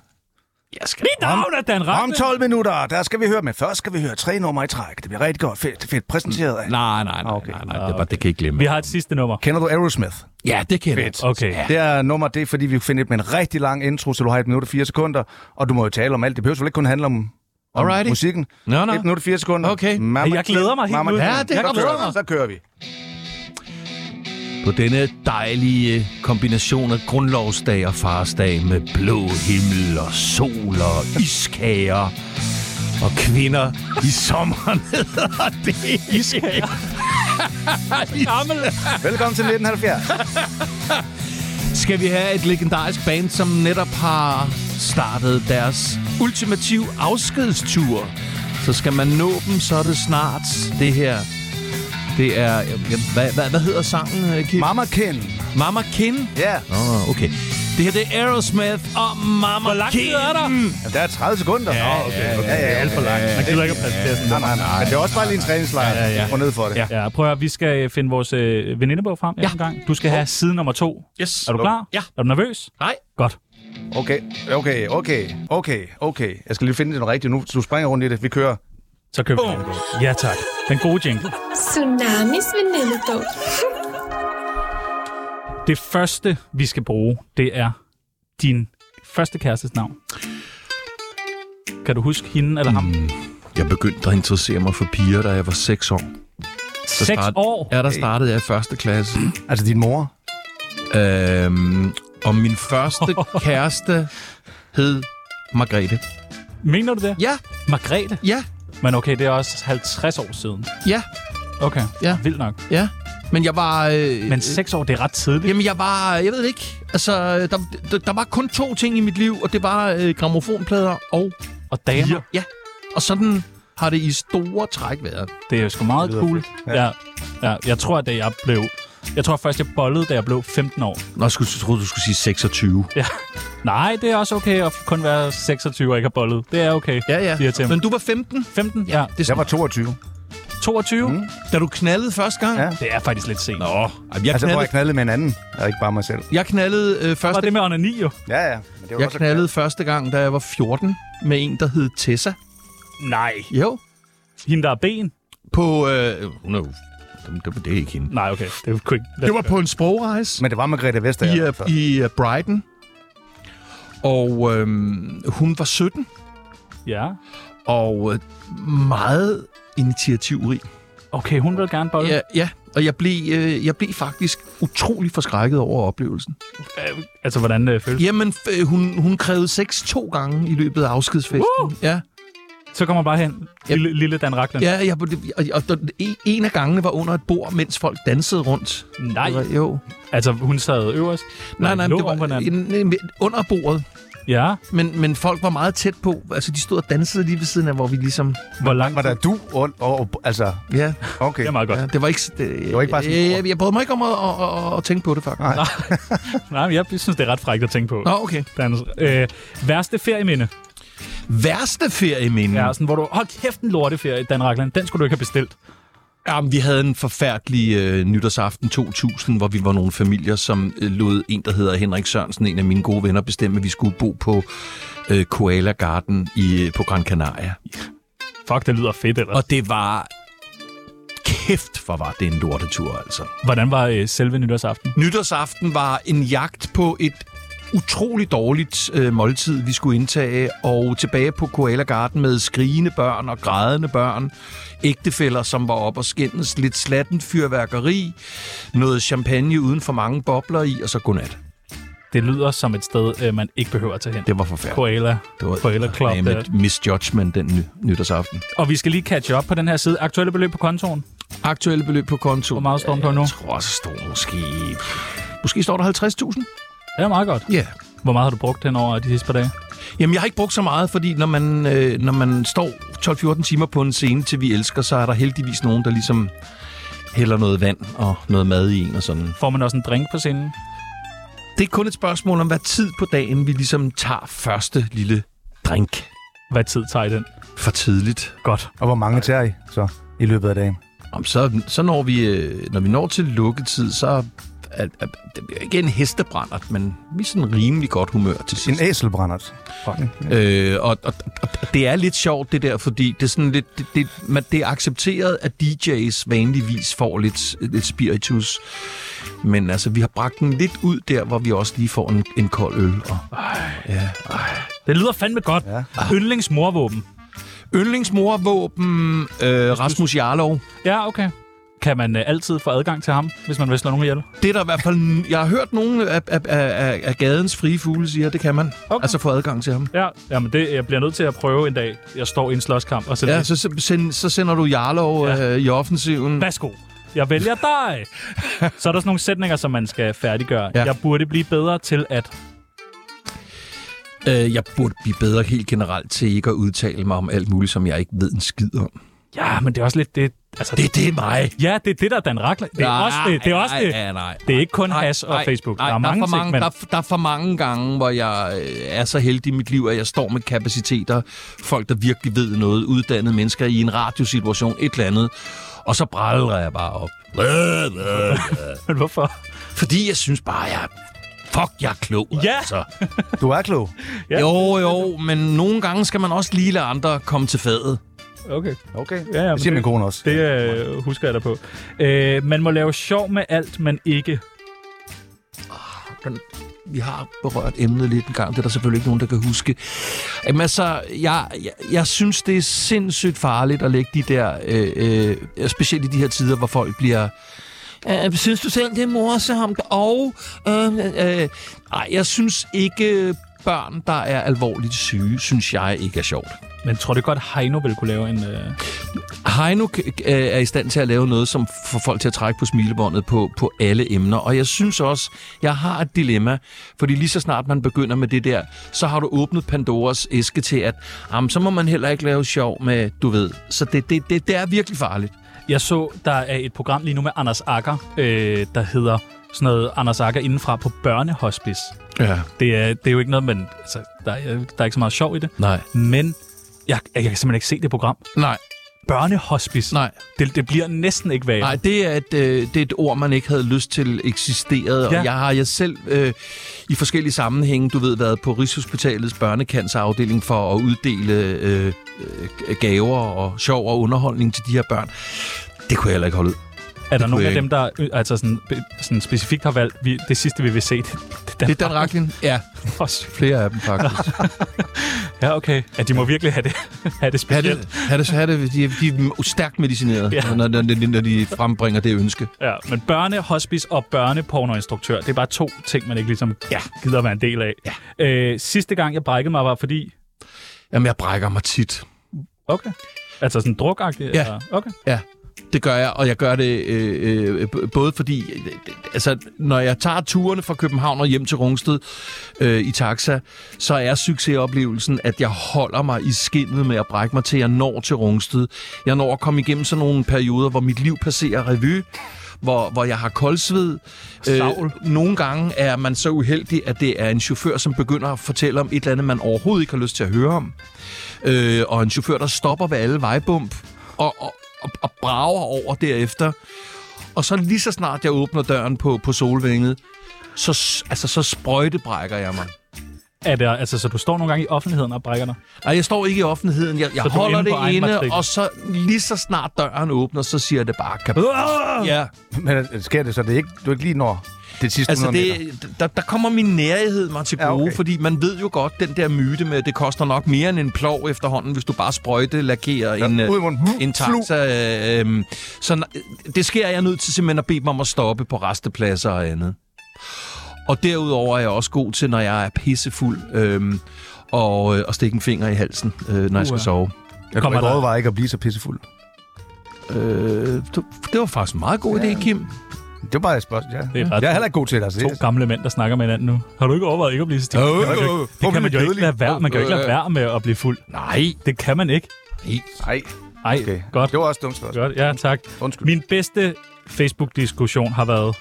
Jeg skal... Mit navn er Dan Om Ragland! 12 minutter, der skal vi høre, men først skal vi høre tre numre i træk. Det bliver rigtig godt fedt, fedt præsenteret af. Nej, nej, nej, Okay. okay. nej, nej, det, var, det kan jeg ikke glemme. Vi har et sidste nummer. Kender du Aerosmith? Ja, det kan jeg. Fedt. Okay. Ja. Det er nummer, det er fordi, vi finder et med en rigtig lang intro, så du har et minut og fire sekunder, og du må jo tale om alt. Det behøver selvfølgelig ikke kun handle om, om Alrighty. musikken. Nå, nå. Et minut og fire sekunder. Okay. Mama, Jeg glæder mig helt Mama, nu. Mama, Ja, det så glæder kører mig. vi, Så kører vi. På denne dejlige kombination af grundlovsdag og farsdag med blå himmel og sol og iskager og kvinder i sommeren hedder det. Iskager? Velkommen til 1970. skal vi have et legendarisk band, som netop har startet deres ultimative afskedstur. Så skal man nå dem, så er det snart det her. Det er... Hvad, hvad, hvad hedder sangen, øh, Kim? Mama Ken. Mama Kin? Ja. Åh, oh, okay. Det her, det er Aerosmith og Mama Hvor lang tid er der? Der er 30 sekunder. Ja, okay. okay. Ja, ja, alt for langt. Man gider ikke at præsentere sådan Nej, nej, nej. Men det er også bare lige en træningslejr. Ja, ja, ja. ned for det. noget. Ja, prøv at høre, vi skal øh, finde vores øh, venindebog frem ja. en gang. Du skal have side nummer to. Yes. Er du klar? Ja. Er du nervøs? Nej. Godt. Okay, okay, okay, okay, okay. Jeg skal lige finde den rigtige nu. Du springer rundt i det. Vi kører. Så køber vi venindebog. Ja, tak. Den gode jingle. Tsunamis venindebog. Det første, vi skal bruge, det er din første kærestes navn. Kan du huske hende eller ham? Jeg begyndte at interessere mig for piger, da jeg var 6 år. Så Seks år? Ja, der startede jeg i første klasse. Altså din mor. øhm, og min første kæreste hed Margrethe. Mener du det? Ja, Margrethe? ja, Men okay, det er også 50 år siden. ja, Okay, Ja. vildt nok. ja. Men jeg var... Øh, Men 6 år, det er ret tidligt. Jamen, jeg var... Jeg ved det ikke. Altså, der, der, der var kun to ting i mit liv, og det var øh, gramofonplader og Og damer, piger. Ja. Og sådan har det i store træk været. det er jo sgu meget lyder cool. fedt. Ja. Ja. ja. Jeg tror, at da jeg blev... Jeg tror først, jeg bollede, da jeg blev 15 år. Nå, jeg skulle, troede, du skulle sige 26. Ja. Nej, det er også okay at kun være 26 og ikke have bollet. Det er okay, Ja, ja. siger Tim. Men du var 15, 15? Ja. det Jeg var 22. 22? Mm. da du knaldede første gang. Ja. Det er faktisk lidt sent. Nå, jeg Altså, hvor knaldede, jeg knaldede med en anden, og ikke bare mig selv. jeg knaldede, øh, Og første, det med onani, jo. Ja, ja. Men det var jeg også- knaldede første gang, da jeg var 14, med en, der hed Tessa. Nej. Jo. Hende, der er ben? På, øh, hun er jo, det, det, det er ikke hende. Nej, okay. Det kunne ikke... Det var på en sprogrejse. Men det var Margrethe Vestager. i, Ja, øh, i uh, Brighton. Og øhm, hun var 17 Ja. og øh, meget initiativrig. Okay, hun vil gerne bolle. Ja, ja og jeg blev, øh, jeg blev faktisk utrolig forskrækket over oplevelsen. Øh, Altså, hvordan øh, føles Jamen, f- øh, hun, hun krævede sex to gange i løbet af afskedsfesten. Uh! Ja, Så kommer bare hen. Lille, lille Dan Ragland. ja jeg, og, og, og en- en af gangene var under et bord, mens folk dansede rundt. Nej. Det var- Jo. Altså, hun sad øverst. Nej, nej, lå men det oven på var hinanden. en, en, under bordet, Ja. men, men folk var meget tæt på. Altså, de stod og dansede lige ved siden af, hvor vi ligesom... Hvor langt? Var der du und og, og altså, Ja, okay. Det er meget godt. Ja, det var ikke... Det, det var ikke bare sådan et jeg, ord. jeg, jeg brød mig ikke om at, at, at, at tænke på det, faktisk. Nej. Nej, men jeg synes, det er ret frækt at tænke på. Nå, okay. Dans. Øh, værste ferieminde. Mm. Værste ferieminde. Ja, sådan, hvor du... Hold kæft, en lorteferie, Dan Ragland. Den skulle du ikke have bestilt. Jamen, vi havde en forfærdelig øh, nytårsaften 2000, hvor vi var nogle familier, som øh, lod en, der hedder Henrik Sørensen, en af mine gode venner, bestemme, at vi skulle bo på øh, Koala Garden i, øh, på Gran Canaria. Fuck, det lyder fedt ellers. Og Og det var... Kæft, hvor var det en lortetur, altså. hvordan var øh, selve nytårsaften? Nytårsaften var en jagt på et utrolig dårligt øh, måltid, vi skulle indtage, og tilbage på Koala Garden med skrigende børn og grædende børn, ægtefæller, som var op og skændes, lidt slatten fyrværkeri, noget champagne uden for mange bobler i, og så godnat. Det lyder som et sted, øh, man ikke behøver at tage hen. Det var forfærdeligt. Koala. Det var Koala Club. med Der. et misjudgment den ny- nytårsaften. Og vi skal lige catche op på den her side. Aktuelle beløb på kontoen. Aktuelle beløb på konto. Hvor meget står den på Ja, nu? Jeg tror, så står måske... Måske står der 50.000? Det er meget godt. Ja. Yeah. Hvor meget har du brugt hen over de sidste par dage? Jamen, jeg har ikke brugt så meget, fordi når man, øh, når man står 12-14 timer på en scene til Vi Elsker, så er der heldigvis nogen, der ligesom hælder noget vand og noget mad i en og sådan. Får man også en drink på scenen? Det er kun et spørgsmål om, hvad tid på dagen vi ligesom tager første lille drink Hvad tid tager I den? for tidligt. Godt. Og hvor mange tager I så i løbet af dagen? Om så, så når vi, øh, når vi når til lukketid, så er, er, er det bliver ikke en hestebrændert, men vi er sådan rimelig godt humør til sidst. En æselbrændert. Øh, og, og, og det er lidt sjovt, det der, fordi det er, sådan lidt, det, det, man, det er accepteret, at DJ's vanligvis får lidt, lidt spiritus. Men altså, vi har bragt den lidt ud der, hvor vi også lige får en, en kold øl. Og Det lyder fandme godt. Ja. Ja. Yndlingsmorvåben. yndlingsmorvåben, øh, Rasmus Jarlov. Ja, okay. Kan man øh, altid få adgang til ham, hvis man vil slå nogen ihjel? Det er der i hvert fald... Jeg har hørt nogle af, af, af, af- af gadens frie fugle siger, det kan man. Okay. Okay. Altså få adgang til ham. Ja, jamen det, jeg bliver nødt til at prøve en dag. Jeg står i en slåskamp, og så... Ja, så, så, send, så sender du Jarlov Ja. ja. øh, i offensiven. Værsgo. Jeg vælger dig. så er der sådan nogle sætninger, som man skal færdiggøre. Ja. Ja. Jeg burde blive bedre til at... Øh, jeg burde blive bedre helt generelt til ikke at udtale mig om alt muligt, som jeg ikke ved en skid om. Ja, men det er også lidt det... Altså, Det, det er mig. Ja, det er det, der er Dan Rackler. Det er Nej, også det. Det er, også nej, det. Ja, nej, det er ikke kun nej, has og nej, Facebook. Nej, der er mange, for ting, mange men... der, er- der er for mange gange, hvor jeg øh, er så heldig i mit liv, at jeg står med kapaciteter. Folk, der virkelig ved noget. Uddannede mennesker i en radiosituation, et eller andet. Og så bræller jeg bare op. Blæh, blæh, blæh. Men hvorfor? Fordi jeg synes bare, jeg Fuck, jeg er klog, Ja. altså. Du er klog. Ja. Jo, jo, men nogle gange skal man også lige lade andre komme til fadet. Okay. Okay. Ja, ja, men det siger det- min kone også. Det øh, husker jeg dig på. Øh, man må lave sjov med alt, men ikke... den, vi har berørt emnet lidt en gang. Det er der selvfølgelig ikke nogen, der kan huske. Jamen altså, jeg, jeg, jeg synes, det er sindssygt farligt at lægge de der... Øh, øh, specielt i de her tider, hvor folk bliver... Øh, synes du selv, det er morsomt? Og... Øh, øh, nej, jeg synes ikke øh, børn, der er alvorligt syge, synes jeg ikke er sjovt. Men tror du godt, Heino ville kunne lave en... Øh... Heino k- k- øh, er i stand til at lave noget, som får folk til at trække på smilebåndet på, på alle emner. Og jeg synes også, jeg har et dilemma, fordi lige så snart man begynder med det der, så har du åbnet Pandoras æske til, at jamen, så må man heller ikke lave sjov med, du ved. Så det, det, det, det er virkelig farligt. Jeg så, der er et program lige nu med Anders Akker, øh, der hedder sådan noget Anders Akker indenfra på børnehospice. Ja. Det er, det er jo ikke noget, men altså, der, er, der er ikke så meget sjov i det. Nej. Men jeg, jeg kan simpelthen ikke se det program. Nej, Børnehospice. nej. Det, det bliver næsten ikke værre. Nej, det er, et, øh, det er et ord, man ikke havde lyst til eksisterede. Ja. Ja. Og jeg har jeg selv øh, i forskellige sammenhænge, du ved, været på Rigshospitalets børnecancerafdeling for at uddele øh, øh, gaver og sjov og underholdning til de her børn. Det kunne jeg heller ikke holde ud. er der nogen jeg af dem, der øh, altså sådan, be- sådan specifikt har valgt, vi, det sidste vi vil se, det, det, Det er Dan Racklin? Ja, Rackler. flere af dem faktisk. Ja, okay. Ja, de må virkelig have det, have det Ha' specielt. det, ha' det, ha' det, de, er- de er stærkt medicineret, Ja. ja. når, når, når, når de frembringer det ønske. Ja, men børne, hospice og børnepornoinstruktør, det er bare to ting, man ikke ligesom ja. gider at være en del af. Ja. Øh, sidste gang, jeg brækkede mig, var fordi... Jamen, jeg brækker mig tit. Okay. Altså sådan drukagtigt? Ja. eller- Okay. Ja, det gør jeg, og jeg gør det øh, øh, b- både fordi, øh, d- altså, når jeg tager turene fra København og hjem til Rungsted øh, i taxa, så er succesoplevelsen, at jeg holder mig i skindet med at brække mig til, at jeg når til Rungsted. Jeg når at komme igennem sådan nogle perioder, hvor mit liv passerer revy, hvor, hvor jeg har koldsved. Øh, Savl. nogle gange er man så uheldig, at det er en chauffør, som begynder at fortælle om et eller andet, man overhovedet ikke har lyst til at høre om øh, og en chauffør, der stopper ved alle vejbump. Og, og, og, og brager over derefter. Og så lige så snart jeg åbner døren på, på solvænget, så, s- altså, så sprøjtebrækker jeg mig. Er det, altså, så du står nogle gange i offentligheden og brækker dig? Nej, jeg står ikke i offentligheden. Jeg, jeg Så du er holder inde det på egen inde, matrikel? og så lige så snart døren åbner, så siger det bare... Kab- ja, Men øh, sker det så, det er ikke, du ikke lige når det sidste altså 100 meter? det, der, der kommer min nærighed mig til Ja, gode, ja, okay. okay. fordi man ved jo godt, den der myte med, at det koster nok mere end en plov efterhånden, hvis du bare sprøjte, lakerer ja, en, øh, ud i munden. Hmm, en flu. taxa. Øh, øh, så nej, det sker, jeg er nødt til simpelthen at bede dem om at stoppe på restepladser og andet. Og derudover er jeg også god til, når jeg er pissefuld, øh, og, øh, og stikke en finger i halsen, øh, når jeg skal Uha. sove. Kommer Jeg kommer ikke der- overveje ikke at blive så pissefuld. Øh, du- det var faktisk en meget god idé, Kim. Det var bare et spørgsmål, ja. Det er ret Jeg er heller ikke god til det, altså. to gamle mænd, der snakker med hinanden nu. Har du ikke overvejet ikke at blive stiv? Jo, Det kan man jo jo, ikke- jo. Det Prøv kan at man jo blive ikke lade være. Man kan jo ikke lade Øh, øh. være med at blive fuld. Nej. Det kan man ikke. Nej, Ej, okay. godt. Det var også et dumt spørgsmål. Godt, ja, tak. Undskyld. Min bedste Facebook-diskussion har været...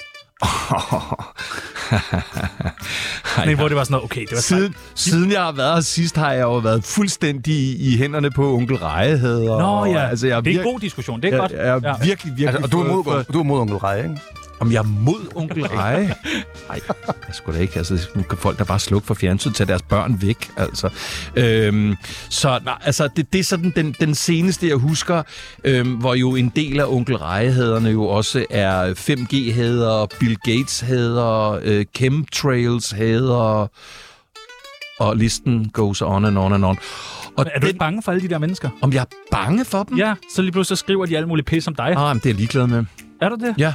Nej, hvor det var sådan noget, okay, det var sejt. Siden, siden jeg har været her sidst, har jeg jo været fuldstændig i, i hænderne på onkel Rejhed. Og, Nå ja, altså, jeg det er vir- en god diskussion, det er jeg, godt. jeg, er ja. virkelig, virkelig... Altså, og du er mod, fået- du er mod onkel Rej, ikke? Om jeg er mod onkel Reje? Nej, jeg skulle da ikke. Altså, nu kan folk der bare slukke for fjernsynet, tage deres børn væk. Altså. Øhm, så nej, altså, det, det er sådan den, den seneste, jeg husker, øhm, hvor jo en del af onkel Reje-hæderne jo også er 5G-hæder, Bill Gates-hæder, øh, chemtrails-hæder, og listen goes on and on and on. Og Er du ikke bange for alle de der mennesker? om jeg er bange for dem? Ja, så lige pludselig så skriver de alle mulige pis om dig. Ah, men det er jeg ligeglad med. Er du det? Ah. Ja.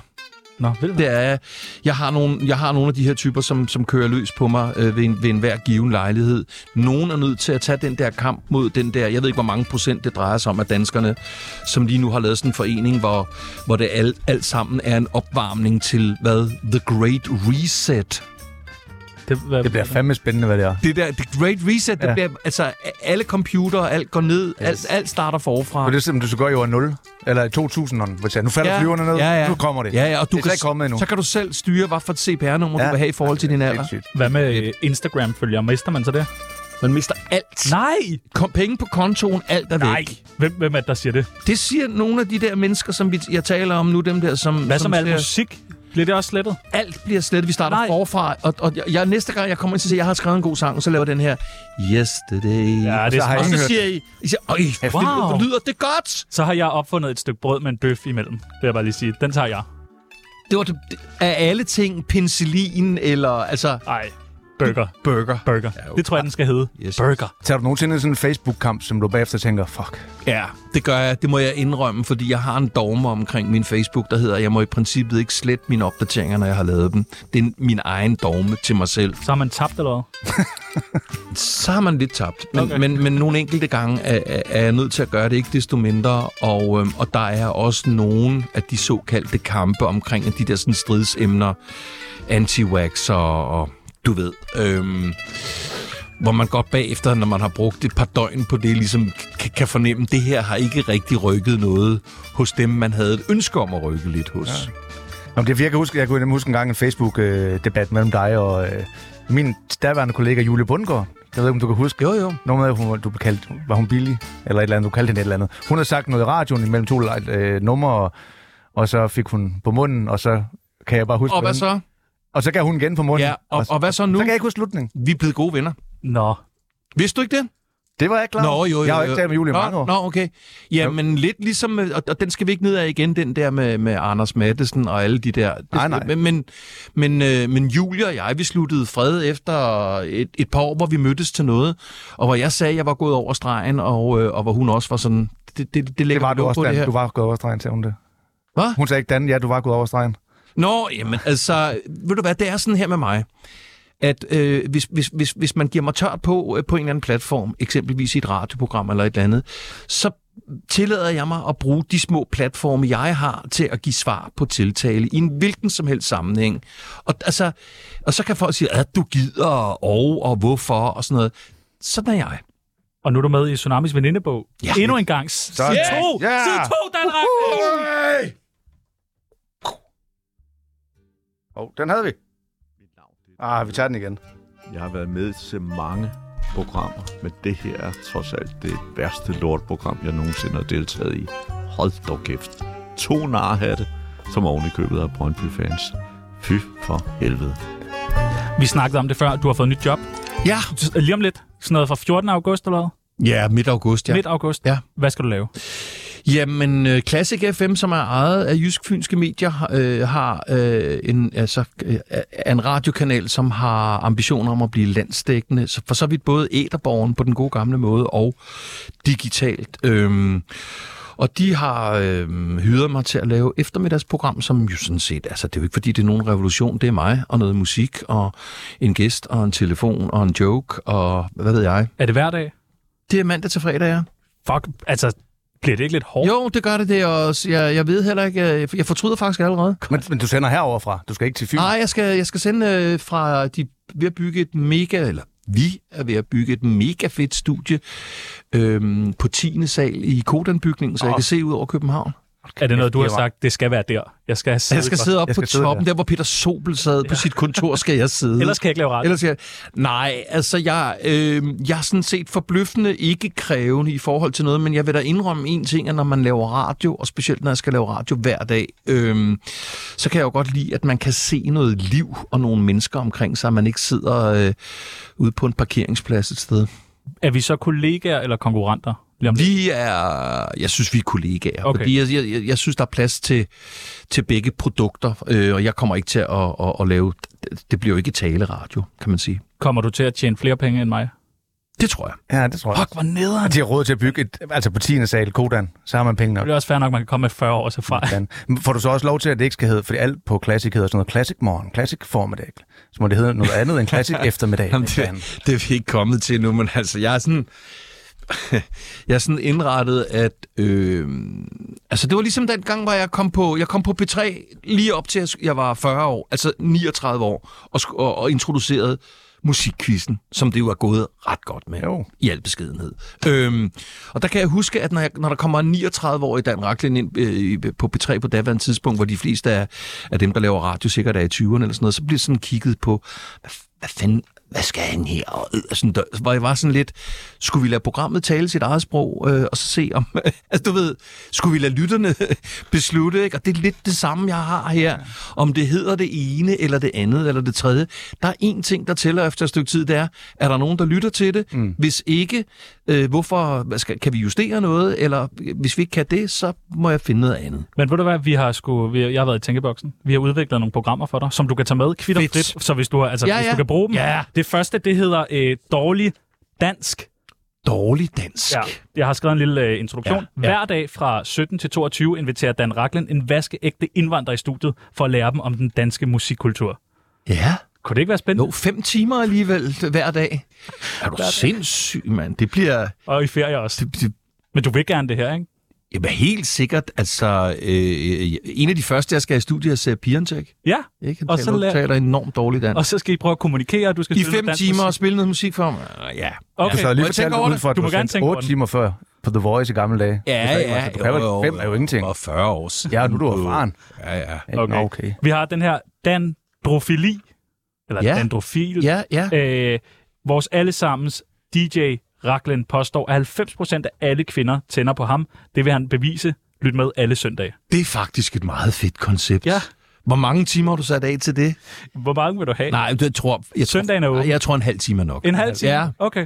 Nå, vil du? det er, at jeg har nogle, jeg har nogle af de her typer, som, som kører løs på mig øh, ved, en, ved enhver given lejlighed. Nogen er nødt til at tage den der kamp mod den der, jeg ved ikke, hvor mange procent det drejer sig om af danskerne, som lige nu har lavet sådan en forening, hvor, hvor det alt, alt sammen er en opvarmning til, hvad? The Great Reset. Det, hvad, Det bliver fandme spændende, hvad det er. Det der, The Great Reset, ja. Ja. det bliver, altså alle computere, alt går ned, yes. alt, alt starter forfra. Og det er simpelthen, du skal gøre i år 0, eller i 2000'erne, hvis jeg, nu falder flyverne ned, ja, ja. nu kommer det. Ja, ja, og du det er så kan, ikke kommet endnu. så kan du selv styre, hvad for et CPR-nummer ja. Ja. du vil have i forhold til din alder. Sindssygt. hvad med Instagram-følger? Mister man så det? Man mister alt. Nej! Kom, penge på kontoen, alt er Nej! væk. Hvem, hvem er det, der siger det? Det siger nogle af de der mennesker, som vi, jeg taler om nu, dem der, som... Hvad så som med al siger, musik? Bliver det også slettet? Alt bliver slettet, vi starter Nej. Nej. forfra, og, og jeg, jeg, næste gang jeg kommer ind, så siger jeg, jeg har skrevet en god sang, og så laver jeg den her, Ja, Yesterday. det har er jeg smart. og ikke- så hørt siger I, I siger, Øj, wow. Wow. det lyder det godt. Så har jeg opfundet et stykke brød med en bøf imellem. Det vil jeg bare lige sige. Den tager jeg. Det var det, det- af alle ting, penicillin eller altså Ej, burger. burger. Burger. Ja, Ja, jo. det tror jeg, den skal hedde. Yes. Burger. Tager du nogensinde sådan en Facebook-kamp, som du bagefter tænker, fuck, Ja, det gør jeg. Det må jeg indrømme, fordi jeg har en dogme omkring min Facebook, der hedder, at jeg må i princippet ikke slette mine opdateringer, når jeg har lavet dem. Det er min egen dogme til mig selv. Så har man tabt eller hvad? så har man lidt tabt. Men, Okay. okay. men, men nogle enkelte gange er, er- er jeg nødt til at gøre det, ikke desto mindre. Og, øhm, og der er også nogle af de såkaldte kampe omkring de der sådan, stridsemner, anti-wax og, og du ved... Øhm, hvor man godt bagefter, når man har brugt et par døgn på det, ligesom kan, kan fornemme, at det her har ikke rigtig rykket noget hos dem, man havde et ønske om at rykke lidt hos. Ja. Nå, men det, jeg, kan huske, jeg kunne nemlig huske en gang en Facebook-debat mellem dig og øh, min daværende kollega Julie Bundgaard. Jeg ved ikke, om du kan huske. Jo, jo. Noget med, hun, du blev kaldt, var hun billig? Eller et eller andet, du kaldte hende et eller andet. Hun havde sagt noget i radioen imellem to øh, numre, og, og så fik hun på munden, og så kan jeg bare huske... Og hvad hvordan- så? Og så gav hun igen på munden. Ja, og, og hvad så nu? nu? Så kan jeg ikke huske slutningen. Vi er blevet gode venner. Nå. Vidste du ikke det? Det var jeg klar. over. Nå, jo, jo, jeg har jo jo. ikke talt med Julie i nå, mange år. Nå, okay. Ja, Jo. men lidt ligesom, med- og, og den skal vi ikke ned af igen, den der med, med Anders Mattesen og alle de der. Det- Nej, nej. Men, men, men, øh, men Julie og jeg, vi sluttede fred efter et, et par år, hvor vi mødtes til noget, og hvor jeg sagde, at jeg var gået over stregen, og, øh, og hvor hun også var sådan, det, det, det Det lægger var vi du låg også, på det Dan. her. Du var gået over stregen, sagde hun det. Hvad? Hun sagde ikke, Dan, ja, du var gået over stregen. Nå, jamen altså, ved du hvad, det er sådan her med mig, at øh, hvis, hvis, hvis, hvis man giver mig tørt på øh, på en eller anden platform, eksempelvis i et radioprogram eller et eller andet, så tillader jeg mig at bruge de små platforme, jeg har, til at give svar på tiltale i en hvilken som helst sammenhæng. Og, altså, og så kan folk sige, at du gider, og, og hvorfor, og sådan noget. Sådan er jeg. Og nu er du med i Tsunamis venindebog. Ja. Endnu en gang. S- Side Sådan. 2! Ja. Side 2, Danmark! Oh, den havde vi. Ah, vi tager den igen. Jeg har været med til mange programmer, men det her er trods alt det værste lortprogram, jeg nogensinde har deltaget i. Hold dog kæft. To narhatte, som oven i købet af Brøndby-fans. Fy for helvede. Vi snakkede om det før. Du har fået nyt job. Ja. Lige om lidt. Sådan noget fra 14. august eller hvad? Ja, midt august, ja. Ja. Midt august. Ja. Hvad skal du lave? Jamen, øh, Classic FM, som er ejet af Jysk Fynske Medier, øh, har øh, en, altså, øh, er en radiokanal, som har ambitioner om at blive landsdækkende, så for så vidt både æderborgen på den gode gamle måde og digitalt. Øhm, og de har øh, hyret mig til at lave eftermiddagsprogram, som jo sådan set, altså det er jo ikke fordi, det er nogen revolution, det er mig og noget musik og en gæst og en telefon og en joke og hvad ved jeg. Er det hver dag? Det er mandag til fredag, ja. Fuck, altså, bliver det ikke lidt hårdt? Jo, det gør det, det er også. Jeg, jeg ved heller ikke, øh, jeg fortryder faktisk allerede. Men, men du sender herover fra. Du skal ikke til Fyn. Nej, jeg skal, jeg skal sende øh, fra, de er ved at bygge et mega, eller vi er ved at bygge et mega fedt studie øhm, på 10. sal i Kodan-bygningen, så jeg kan se ud over København. Er det noget, du har Det var- sagt, det skal være der? Jeg skal sidde Jeg skal for- sidde op Jeg på skal sidde toppen, der. der hvor Peter Sobel sad på sit kontor, skal jeg sidde. Ellers kan jeg ikke lave ret. Ellers jeg... Nej, altså jeg, øh, jeg er sådan set forbløffende ikke krævende i forhold til noget, men jeg vil da indrømme en ting, at når man laver radio, og specielt når jeg skal lave radio hver dag, øh, så kan jeg jo godt lide, at man kan se noget liv og nogle mennesker omkring sig, at man ikke sidder øh, ude på en parkeringsplads et sted. Er vi så kollegaer eller konkurrenter? Lige om lidt? Vi er, jeg synes, vi er kollegaer, Okay. okay. fordi jeg, jeg, jeg synes, der er plads til, til begge produkter, øh, og jeg kommer ikke til at, at, at lave, det bliver jo ikke taleradio, kan man sige. Kommer du til at tjene flere penge end mig? Det tror jeg. Ja, det tror jeg. Fuck, hvor nederen. De har råd til at bygge et, altså på 10. sal, Kodan. Så har man penge nok. Det er også fair nok, man kan komme med 40 års erfaring. Dan. Men Får du så også lov til, at det ikke skal hedde, fordi alt på Classic hedder sådan noget Classic Morgen, Classic Formiddag. Så må det hedde noget andet end Classic Eftermiddag. Jamen, det, Dan. det er vi ikke kommet til nu, men altså, jeg er sådan... jeg er sådan indrettet, at... Øh, altså, det var ligesom den gang, hvor jeg kom på, jeg kom på P3 lige op til, at jeg var 40 år, altså 39 år, og, sku- og, og introducerede musikquizzen, som det jo er gået ret godt med, Jo. i al beskedenhed. Øhm, og der kan jeg huske, at når, jeg, når der kommer en 39-årig Dan Racklin ind øh, i- på P3 på daværende tidspunkt, hvor de fleste af, af dem, der laver radio, sikkert er i 20'erne eller sådan noget, så bliver sådan kigget på, hvad, hvad fanden, hvad skal han her? Og, øh, sådan, der, hvor jeg var sådan lidt, skulle vi lade programmet tale sit eget sprog, øh, og så se om, altså du ved, skulle vi lade lytterne beslutte, ikke? og det er lidt det samme, jeg har her, om det hedder det ene, eller det andet, eller det tredje. Der er én ting, der tæller efter et stykke tid, det er, er der nogen, der lytter til det? Mm. Hvis ikke, øh, hvorfor, hvad skal, kan vi justere noget, eller øh, hvis vi ikke kan det, så må jeg finde noget andet. Men ved du hvad, vi har sgu, vi, jeg har været i tænkeboksen. Vi har udviklet nogle programmer for dig, som du kan tage med kvitt og Fedt. frit, så hvis du, har- altså, Ja, ja, hvis ja. du kan bruge dem. Ja. Det første, det hedder øh, dårlig dansk. Dårlig dansk. Ja, jeg har skrevet en lille øh, introduktion. Ja, Ja, ja. ja. Hver dag fra 17 til 22 inviterer Dan Raklen en vaskeægte indvandrer i studiet for at lære dem om den danske musikkultur. ja. Kunne det ikke være spændende? Nå, fem timer alligevel hver dag. Er du sindssyg, mand? Det bliver... Og i ferie også. Det, det, Men du vil gerne det her, ikke? jamen, helt sikkert. Altså, øh, en af de første, jeg skal i studiet, er Sepp Piontek. Ja, Ikke? Han Og og taler, så lad- taler enormt dårligt dansk. og så skal I prøve at kommunikere, og du skal I spille fem noget dansk timer og musik. spille noget musik for mig? Ah, Ja. Okay. Så jeg Må lige jeg tænke fortalt over det? ud for, at Du du, må du gerne tænke over 8 det. timer før på The Voice i gamle dage. Ja, Hvis der ikke var- ja. Du kan jo, vel fem er jo ingenting. Og 40 år Øh, siden. Ja, nu er du erfaren. Ja, ja. Okay. Nå, okay. Vi har den her dandrofili, eller Ja. ja. dandrofil, Ja, ja. øh, vores allesammens DJ Raklen påstår, at 90% af alle kvinder tænder på ham. Det vil han bevise. Lyt med alle søndage. Det er faktisk et meget fedt koncept. Ja. Hvor mange timer har du sat af til det? Hvor mange vil du have? Nej, jeg tror... Jeg Søndagen er tror, åben. Nej, jeg tror en halv time er nok. En halv time? Ja. Okay.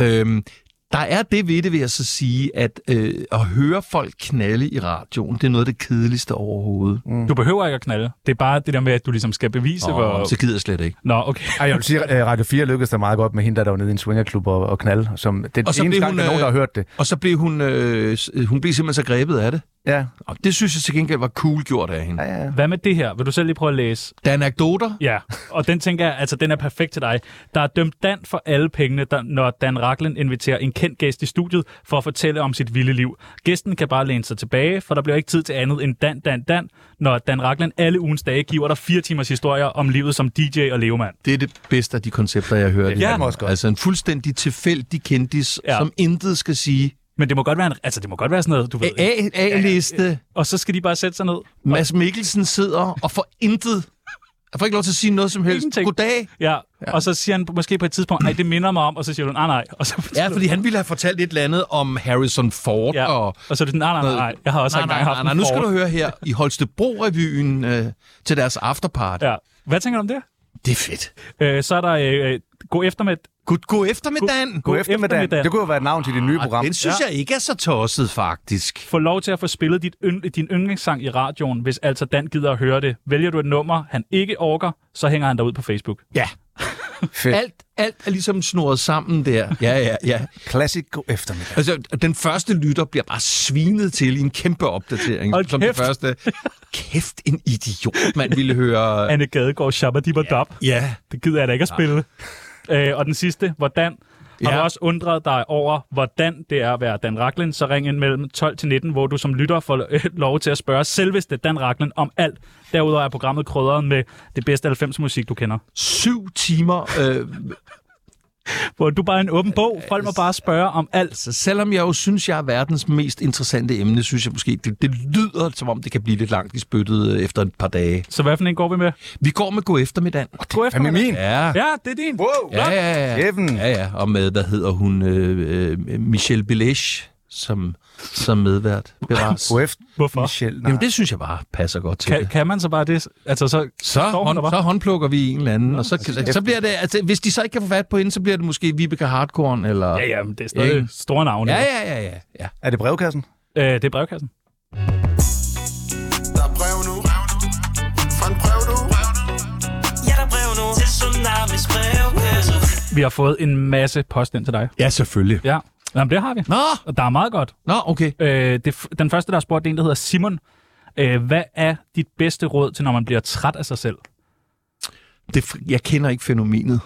Øhm, der er det ved det, vil jeg så sige, at øh, at høre folk knalde i radioen, det er noget af det kedeligste overhovedet. Mm. Du behøver ikke at knalde. Det er bare det der med, at du ligesom skal bevise, oh, hvor... Så gider jeg slet ikke. Nå, okay. Ej, jeg vil sige, at øh, Radio 4 lykkedes der meget godt med hende, der, der var nede i en swingerklub og, og knald. Som, det er Og så den eneste blev gang, hun, der er nogen, der har øh, hørt det. Og så blev hun, øh, s- hun blev simpelthen så grebet af det. Ja. Og det synes jeg til gengæld var cool gjort af hende. ja, ja. Hvad med det her? Vil du selv lige prøve at læse? Der er anekdoter. Ja, og den tænker jeg, altså den er perfekt til dig. Der er dømt Dan for alle pengene, der, når Dan Raklen inviterer en kendt gæst i studiet for at fortælle om sit vilde liv. Gæsten kan bare læne sig tilbage, for der bliver ikke tid til andet end Dan, Dan, Dan, når Dan Raklen alle ugens dage giver dig fire timers historier om livet som DJ og levemand. Det er det bedste af de koncepter, jeg har hørt. Ja. også godt. Altså en fuldstændig tilfældig kendis, ja. Ja. som intet skal sige. Men det må godt være, en, altså det må godt være sådan noget, du ved. ikke? A- A-liste. Og så skal de bare sætte sig ned. Mads Mikkelsen sidder og får intet Jeg får ikke lov til at sige noget som helst. Ingenting. Goddag. Ja. ja, og så siger han måske på et tidspunkt, nej, det minder mig om, og så siger du, nej, nej. Og så Ja, fordi han ville have fortalt et eller andet om Harrison Ford. Ja. Og, Og så er det sådan, "Ah, nej, nej, nej, jeg har også nej, engang nej, haft nej, en nej, nu skal Ford. du høre her. I Holstebro-revyen øh, til deres afterparty. Ja. Ja. Hvad tænker du om det? Det er fedt. Øh, så er der øh, øh, god eftermiddag. God, god eftermiddagen. God God eftermiddag. eftermiddag. Det kunne jo være et navn til dit nye program. Den synes ja. jeg ikke er så tosset, faktisk. Få lov til at få spillet dit ynd- din yndlingssang i radioen, hvis altså Dan gider at høre det. Vælger du et nummer, han ikke orker, så hænger han dig ud på Facebook. Ja. Fedt. Alt, alt er ligesom snurret sammen der. Ja, ja, ja. Classic god eftermiddag. Altså, den første lytter bliver bare svinet til i en kæmpe opdatering. Hold som kæft. det første. Kæft, en idiot, man ville høre. Anne Gadegaard, Shabba Dibba Dab. ja. Det gider jeg da ikke at spille. Øh, og den sidste, hvordan... Ja. Har Ja. du også undret dig over, hvordan det er at være Dan Racklin, så ring ind mellem 12 til 19, hvor du som lytter får øh, lov til at spørge selveste Dan Racklin om alt. Derudover er programmet krydret med det bedste 90-musik, du kender. Syv timer. Øh, Hvor du bare er en åben bog. Folk må bare spørge om alt. så selvom jeg jo synes, jeg er verdens mest interessante emne, synes jeg måske, det, det lyder som om, det kan blive lidt langt i spyttet øh, efter et par dage. Så hvad for en går vi med? Vi går med god eftermiddag. God Hvad med eftermiddag. min? Ja. Ja, det er din. Wow. Ja, ja, ja. Chefen. Ja, ja. Og med, hvad hedder hun? Øh, øh, Michelle Bilage som, som medvært. Bevares. God efter. Hvorfor? Michelle, nej. Jamen, det synes jeg bare passer godt til Kan, det. kan man så bare det? Altså, så, Så, står hun hånd, der så bare. håndplukker vi en eller anden, og så, så, så bliver det, altså, hvis de så ikke kan få fat på hende, så bliver det måske Vibeke Hardkorn, eller... Ja, ja, men det er stadig Ikke? store navne. ja, ja, ja, ja, ja. Er det brevkassen? Øh, det er brevkassen. Der er brev nu. Fra en brev nu. Ja, der er brev nu til Tsunamis brevkasse. Vi har fået en masse post ind til dig. Ja, selvfølgelig. Ja. Jamen, det har vi. Nå, Og der er meget godt. nå, okay. Øh, det, f- den første, der har spurgt, det er en, der hedder Simon. Øh, hvad er dit bedste råd til, når man bliver træt af sig selv? Det, jeg kender ikke fænomenet.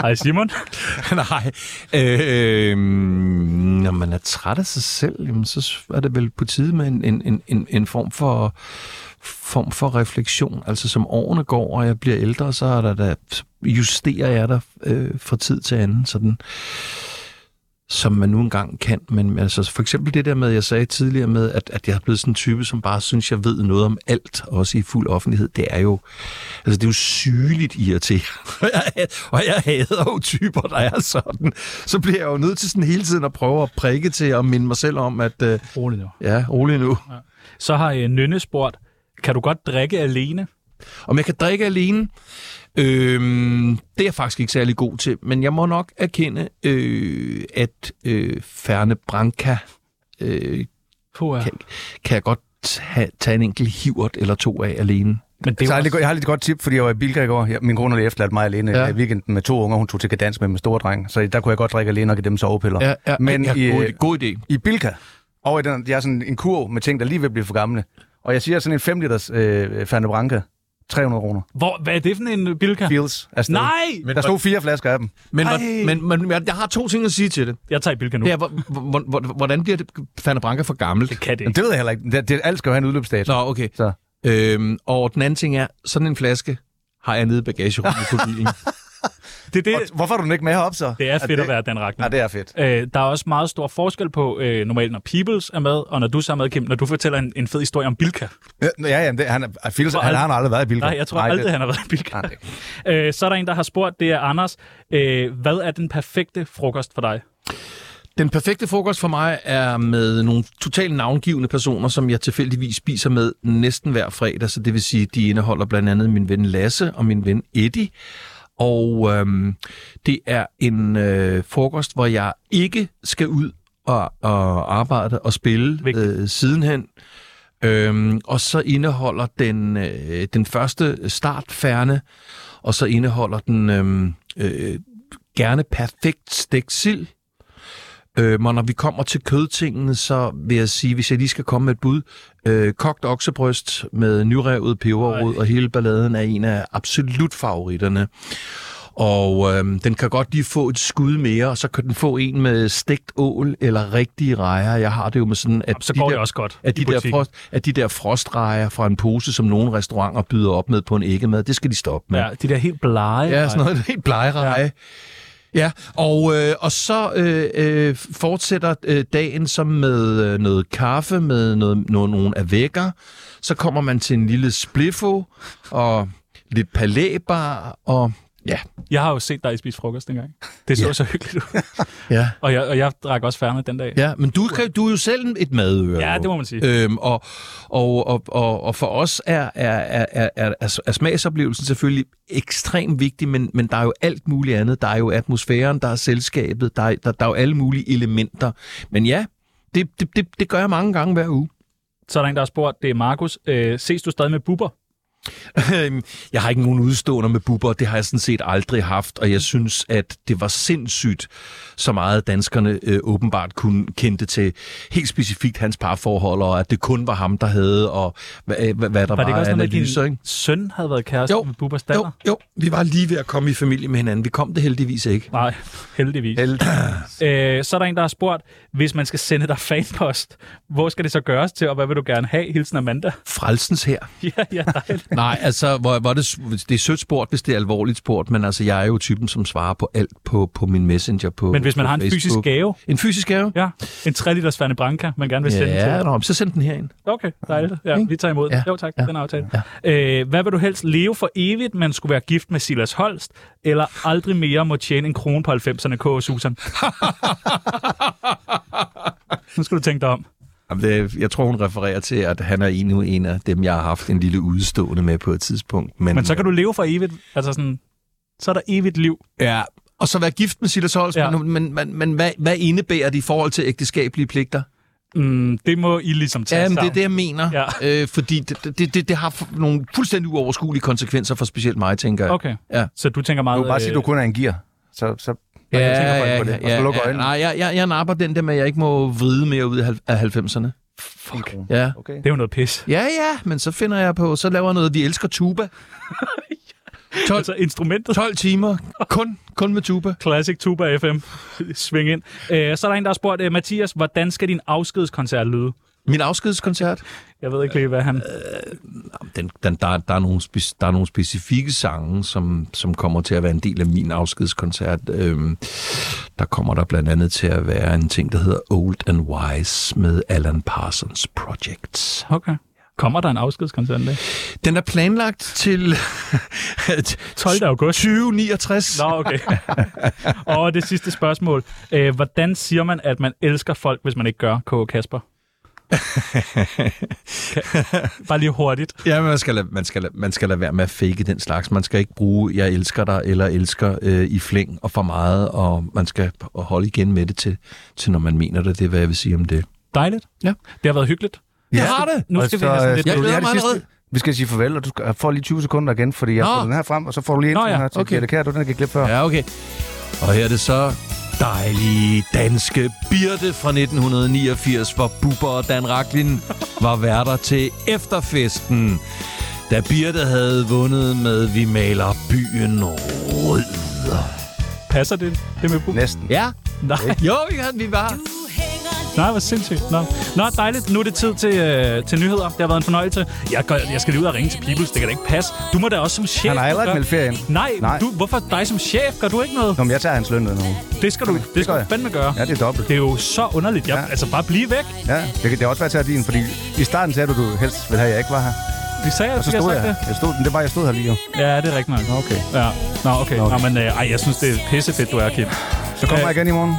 Hej Simon. Nej. Øh, når man er træt af sig selv, jamen, så er det vel på tide med en, en, en- en, en form for form for refleksion. Altså som årene går, og jeg bliver ældre, så er der, der så justerer jeg der øh, fra tid til anden, sådan, som man nu engang kan. Men altså, for eksempel det der med, jeg sagde tidligere med, at, at jeg er blevet sådan en type, som bare synes, jeg ved noget om alt, også i fuld offentlighed. Det er jo, altså, det er jo sygeligt irriterende. og jeg hader jo typer, der er sådan. Så bliver jeg jo nødt til sådan hele tiden at prøve at prikke til og minde mig selv om, at øh, Rolig nu. ja, rolig nu. Så har øh, Nynne spurgt, kan du godt drikke alene? Om jeg kan drikke alene? Øhm, det er jeg faktisk ikke særlig god til, men jeg må nok erkende, øh, at øh, Ferne Branca øh, Puh, ja. kan, kan jeg godt tage, tage en enkelt hivert eller to af alene. Men det er Så jeg, har jo lidt, også, jeg har lidt godt tip, fordi jeg var i Bilka i går. Jeg, min kone havde efterladt mig alene Ja. ja. i weekenden med to unger. Hun tog til dans med min store dreng. Så der kunne jeg godt drikke alene og give dem sovepiller. Men ja, i, god, øh, idé, god idé. i Bilka, og i den, jeg er sådan en kurv med ting, der lige vil blive for gamle. Og jeg siger sådan en 5 liters øh, Fanta Branca. 300 kroner. hvor, hvad er det for en øh, bilka? Feels. Afsted. Nej! Der stod fire flasker af dem. Men, Ej. hvor- men, men, men jeg har to ting at sige til det. Jeg tager i bilka nu. det er, hvor, hvor, hvor, hvordan bliver det Ferne Branca for gammelt? Det kan det Men ikke. det ved jeg heller ikke. Det, det, alt skal jo have en udløbsdato. Nå, okay. Så. Øhm, og den anden ting er, sådan en flaske har jeg nede i bagagerummet på bilen. Det, det, Og Hvorfor er du den ikke med herop så? det er fedt at det- være Dan Ragnar. Nej, det er fedt. Øh, der er også meget stor forskel på, øh, normalt når Peoples er med, og når du så er med, Kim, når du fortæller en, en fed historie om Bilka. Øh, Ja, ja, jamen, det, han, er, Fils, tror han, aldrig- han, har aldrig været i Bilka. Nej, jeg tror Nej, aldrig, det... han har været i Bilka. Nej, det- øh, så er der en, der har spurgt, det er Anders, øh, hvad er den perfekte frokost for dig? Den perfekte frokost for mig er med nogle totalt navngivende personer, som jeg tilfældigvis spiser med næsten hver fredag. Så det vil sige, de indeholder blandt andet min ven Lasse og min ven Eddie. Og øhm, det er en øh, frokost, hvor jeg ikke skal ud og, og arbejde og spille Vigtigt. øh, sidenhen. Øhm, og så indeholder den, øh, den første startfærne, og så indeholder den øhm, øh, gerne perfekt stegt sild. Øh, og når vi kommer til kødtingene, så vil jeg sige, hvis jeg lige skal komme med et bud, øh, kogt oksebryst med nyrevet peberrod og hele balladen er en af absolut favoritterne. Og øh, den kan godt lige få et skud mere, og så kan den få en med stegt ål eller rigtige rejer. Jeg har det jo med sådan, at Så går de det der, også godt at i de, der butikken. frost, at de der frostrejer fra en pose, som nogle restauranter byder op med på en æggemad, det skal de stoppe med. Ja, de der helt blege. Ja, sådan noget helt blegereje. Ja, og, øh, og så øh, øh, fortsætter øh, dagen så med øh, noget kaffe, med noget, noget, nogle avækker. Så kommer man til en lille spliffo og lidt palæbar og... Ja, Jeg har jo set dig spise frokost dengang. Det så så hyggeligt ud. ja. Og jeg, og jeg drak også færdig den dag. Ja, men du, kan- du er jo selv en- et madøre. Ja, jo. det må man sige. Øhm, og, og, og, og, og for os er, er, er, er, er, er smagsoplevelsen selvfølgelig ekstremt vigtig, men, men der er jo alt muligt andet. Der er jo atmosfæren, der er selskabet, der er, der, der er jo alle mulige elementer. Men ja, det, det, det, det gør jeg mange gange hver uge. Så er der en, der har spurgt, det er Markus, øh, ses du stadig med buber? Øhm, jeg har ikke nogen udstående med buber, det har jeg sådan set aldrig haft, og jeg synes, at det var sindssygt, så meget danskerne øh, åbenbart kunne kendte til helt specifikt hans parforhold, og at det kun var ham, der havde, og hvad, øh, hvad, hvad der Var det var, ikke også noget af med, at analyser, din ikke? søn havde været kæreste Jo. med Bubbers Jo, datter? jo, vi var lige ved at komme i familie med hinanden. Vi kom det heldigvis ikke. Nej, heldigvis. Heldigvis. Øh, så er der en, der har spurgt, hvis man skal sende dig fanpost, hvor skal det så gøres til, og hvad vil du gerne have? Hilsen Amanda. Frelsens her. ja, ja, dejligt. Nej, altså, hvor, hvor er det, s- det er sødt sport, hvis det er alvorligt sport, men altså, jeg er jo typen, som svarer på alt på, på min messenger på Men hvis man på har en Facebook. fysisk gave, En fysisk gave? ja, en 3 liters Svane Branca, man gerne vil sende Ja, til. nå, men så send den herind. Okay, dejligt. Ja, vi tager imod. Ja, Ja, jo tak, ja, den aftale. Ja. Øh, hvad vil du helst leve for evigt, men skulle være gift med Silas Holst, eller aldrig mere må tjene en krone på 90'erne, K. Susan? nu skal du tænke dig om. Jamen, det, jeg tror, hun refererer til, at han er endnu en af dem, jeg har haft en lille udstående med på et tidspunkt. Men, Men så kan du leve for evigt. Altså sådan, så er der evigt liv. Ja, og så være gift med Silas Holst, Ja. ja. men, men, men, men hvad, hvad indebærer det i forhold til ægteskabelige pligter? Mm, det må I ligesom tage Ja, men det sammen. er det, jeg mener. Ja. Øh, fordi det, det, det, det har f- nogle fuldstændig uoverskuelige konsekvenser for specielt mig, tænker jeg. Okay. Ja. Så du tænker meget... Du kan bare sige, øh, at du kun er en gear. Så, så Ja, jeg tænker faktisk ja, ja, på det. Og så lukker ja, ja. øjnene. Nej, jeg, jeg, jeg napper den der med, at jeg ikke må vride mere ud af halv- af 90'erne. Fuck. Ja. Okay. Det er jo noget pis. ja, ja, men så finder jeg på, så laver jeg noget, vi elsker tuba. 12, Altså instrumentet. 12 timer, kun, kun med tuba. Classic Tuba FM. Sving ind. Øh, så er der en, der har spurgt, øh, Mathias, hvordan skal din afskedskoncert lyde? Min afskedskoncert. Jeg ved ikke lige, hvad han... den, den, der, der, er nogle speci- der er nogle specifikke sange, som, som kommer til at være en del af min afskedskoncert. Øhm, der kommer der blandt andet til at være en ting, der hedder Old and Wise med Alan Parsons Project. Okay. Kommer der en afskedskoncert en dag? Den er planlagt til 12. august. 2069. Nå, okay. Og det sidste spørgsmål. Øh, hvordan siger man, at man elsker folk, hvis man ikke gør, K. Kasper? Kan- Bare lige hurtigt. Ja, men man skal, lade, man, skal lade, man skal lade være med at fake den slags. Man skal ikke bruge, jeg elsker dig, eller elsker øh, i flæng og for meget, og man skal holde igen med det til, til når man mener det. Det er, hvad jeg vil sige om det. Dejligt. Ja. Det har været hyggeligt. Ja. Jeg har det! Nu Og skal vi så, have sådan øh, lidt... skal Jeg du lige glæder have det mig sidste? allerede. Vi skal sige farvel, og du skal, får lige 20 sekunder igen, fordi jeg Nå. får den her frem, og så får du lige ind Nå til den ja, her til okay. Gette Kær, du den, jeg gik glip før. Ja, okay. Og her er det så dejlige danske Birte fra 1989, hvor Bubber og Dan Raklin var værter til efterfesten. Da Birte havde vundet med Vi maler byen rød. Passer det, det med Buber? Næsten. Ja, Nej. jo, ja, vi var. Nej, hvor sindssygt. Nå. Nå, dejligt. Nu er det tid til, øh, til nyheder. Det har været en fornøjelse. Jeg, gør, jeg skal lige ud og ringe til Peoples. Det kan da ikke passe. Du må da også som chef... Han har heller ikke gøre- meldt ferie ind. Nej, Nej. Nej. Du, hvorfor dig som chef? Gør du ikke noget? Nå, men jeg tager hans løn ved nu. Det skal du, det skal det gør du jeg. fandme gøre. Ja, det er dobbelt. Det er jo så underligt. Jeg, Ja. ja. Altså, bare blive væk. Ja, det, kan- det er også værd at tage din, fordi i starten sagde du, du helst ville have, at jeg ikke var her. Vi sagde, Og at så jeg stod sagde jeg her. det. Jeg stod, men det var, jeg stod her lige jo. Ja, det er rigtigt nok. Okay. Ja. Nå, okay. Nå, Nå, okay. men øh, ej, jeg synes, det er pissefedt, du er, Kim. Så kommer Øh. jeg igen i morgen.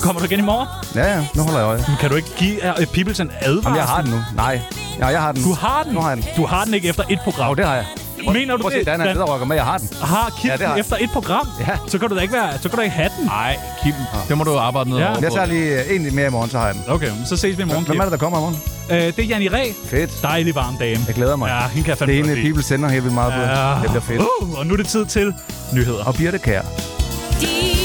Kommer du igen i morgen? Ja, ja, nu holder jeg øje. Men Kan du ikke give øh, Peoples en advarsel? Jamen, jeg har den nu. Nej, ja, jeg har den. Du har den. Nu har jeg den. Du har den ikke efter et program. Jo, det har jeg. Mener du Prøv at se, det? Dan er Dan- en rocker med, jeg har den. har Kim Ja, ja, det har jeg. efter et program, Ja. Ah. så kan du da ikke, være, så kan du ikke have den. Nej, Kim. Det må du arbejde noget Ja. over Men jeg på. tager lige øh, en mere i morgen, så har jeg den. Okay, men så ses vi i morgen, Hvem Kim. er det, der kommer i morgen? Øh, det er Janni Ræ. Fedt. Dejlig varm dame. Jeg glæder mig. Ja, hende kan jeg Det fandme er en, godt lide. People sender helt vildt meget på. Ja. Det bliver fedt. Uh, og nu er det tid til nyheder. Og Birte Kær. De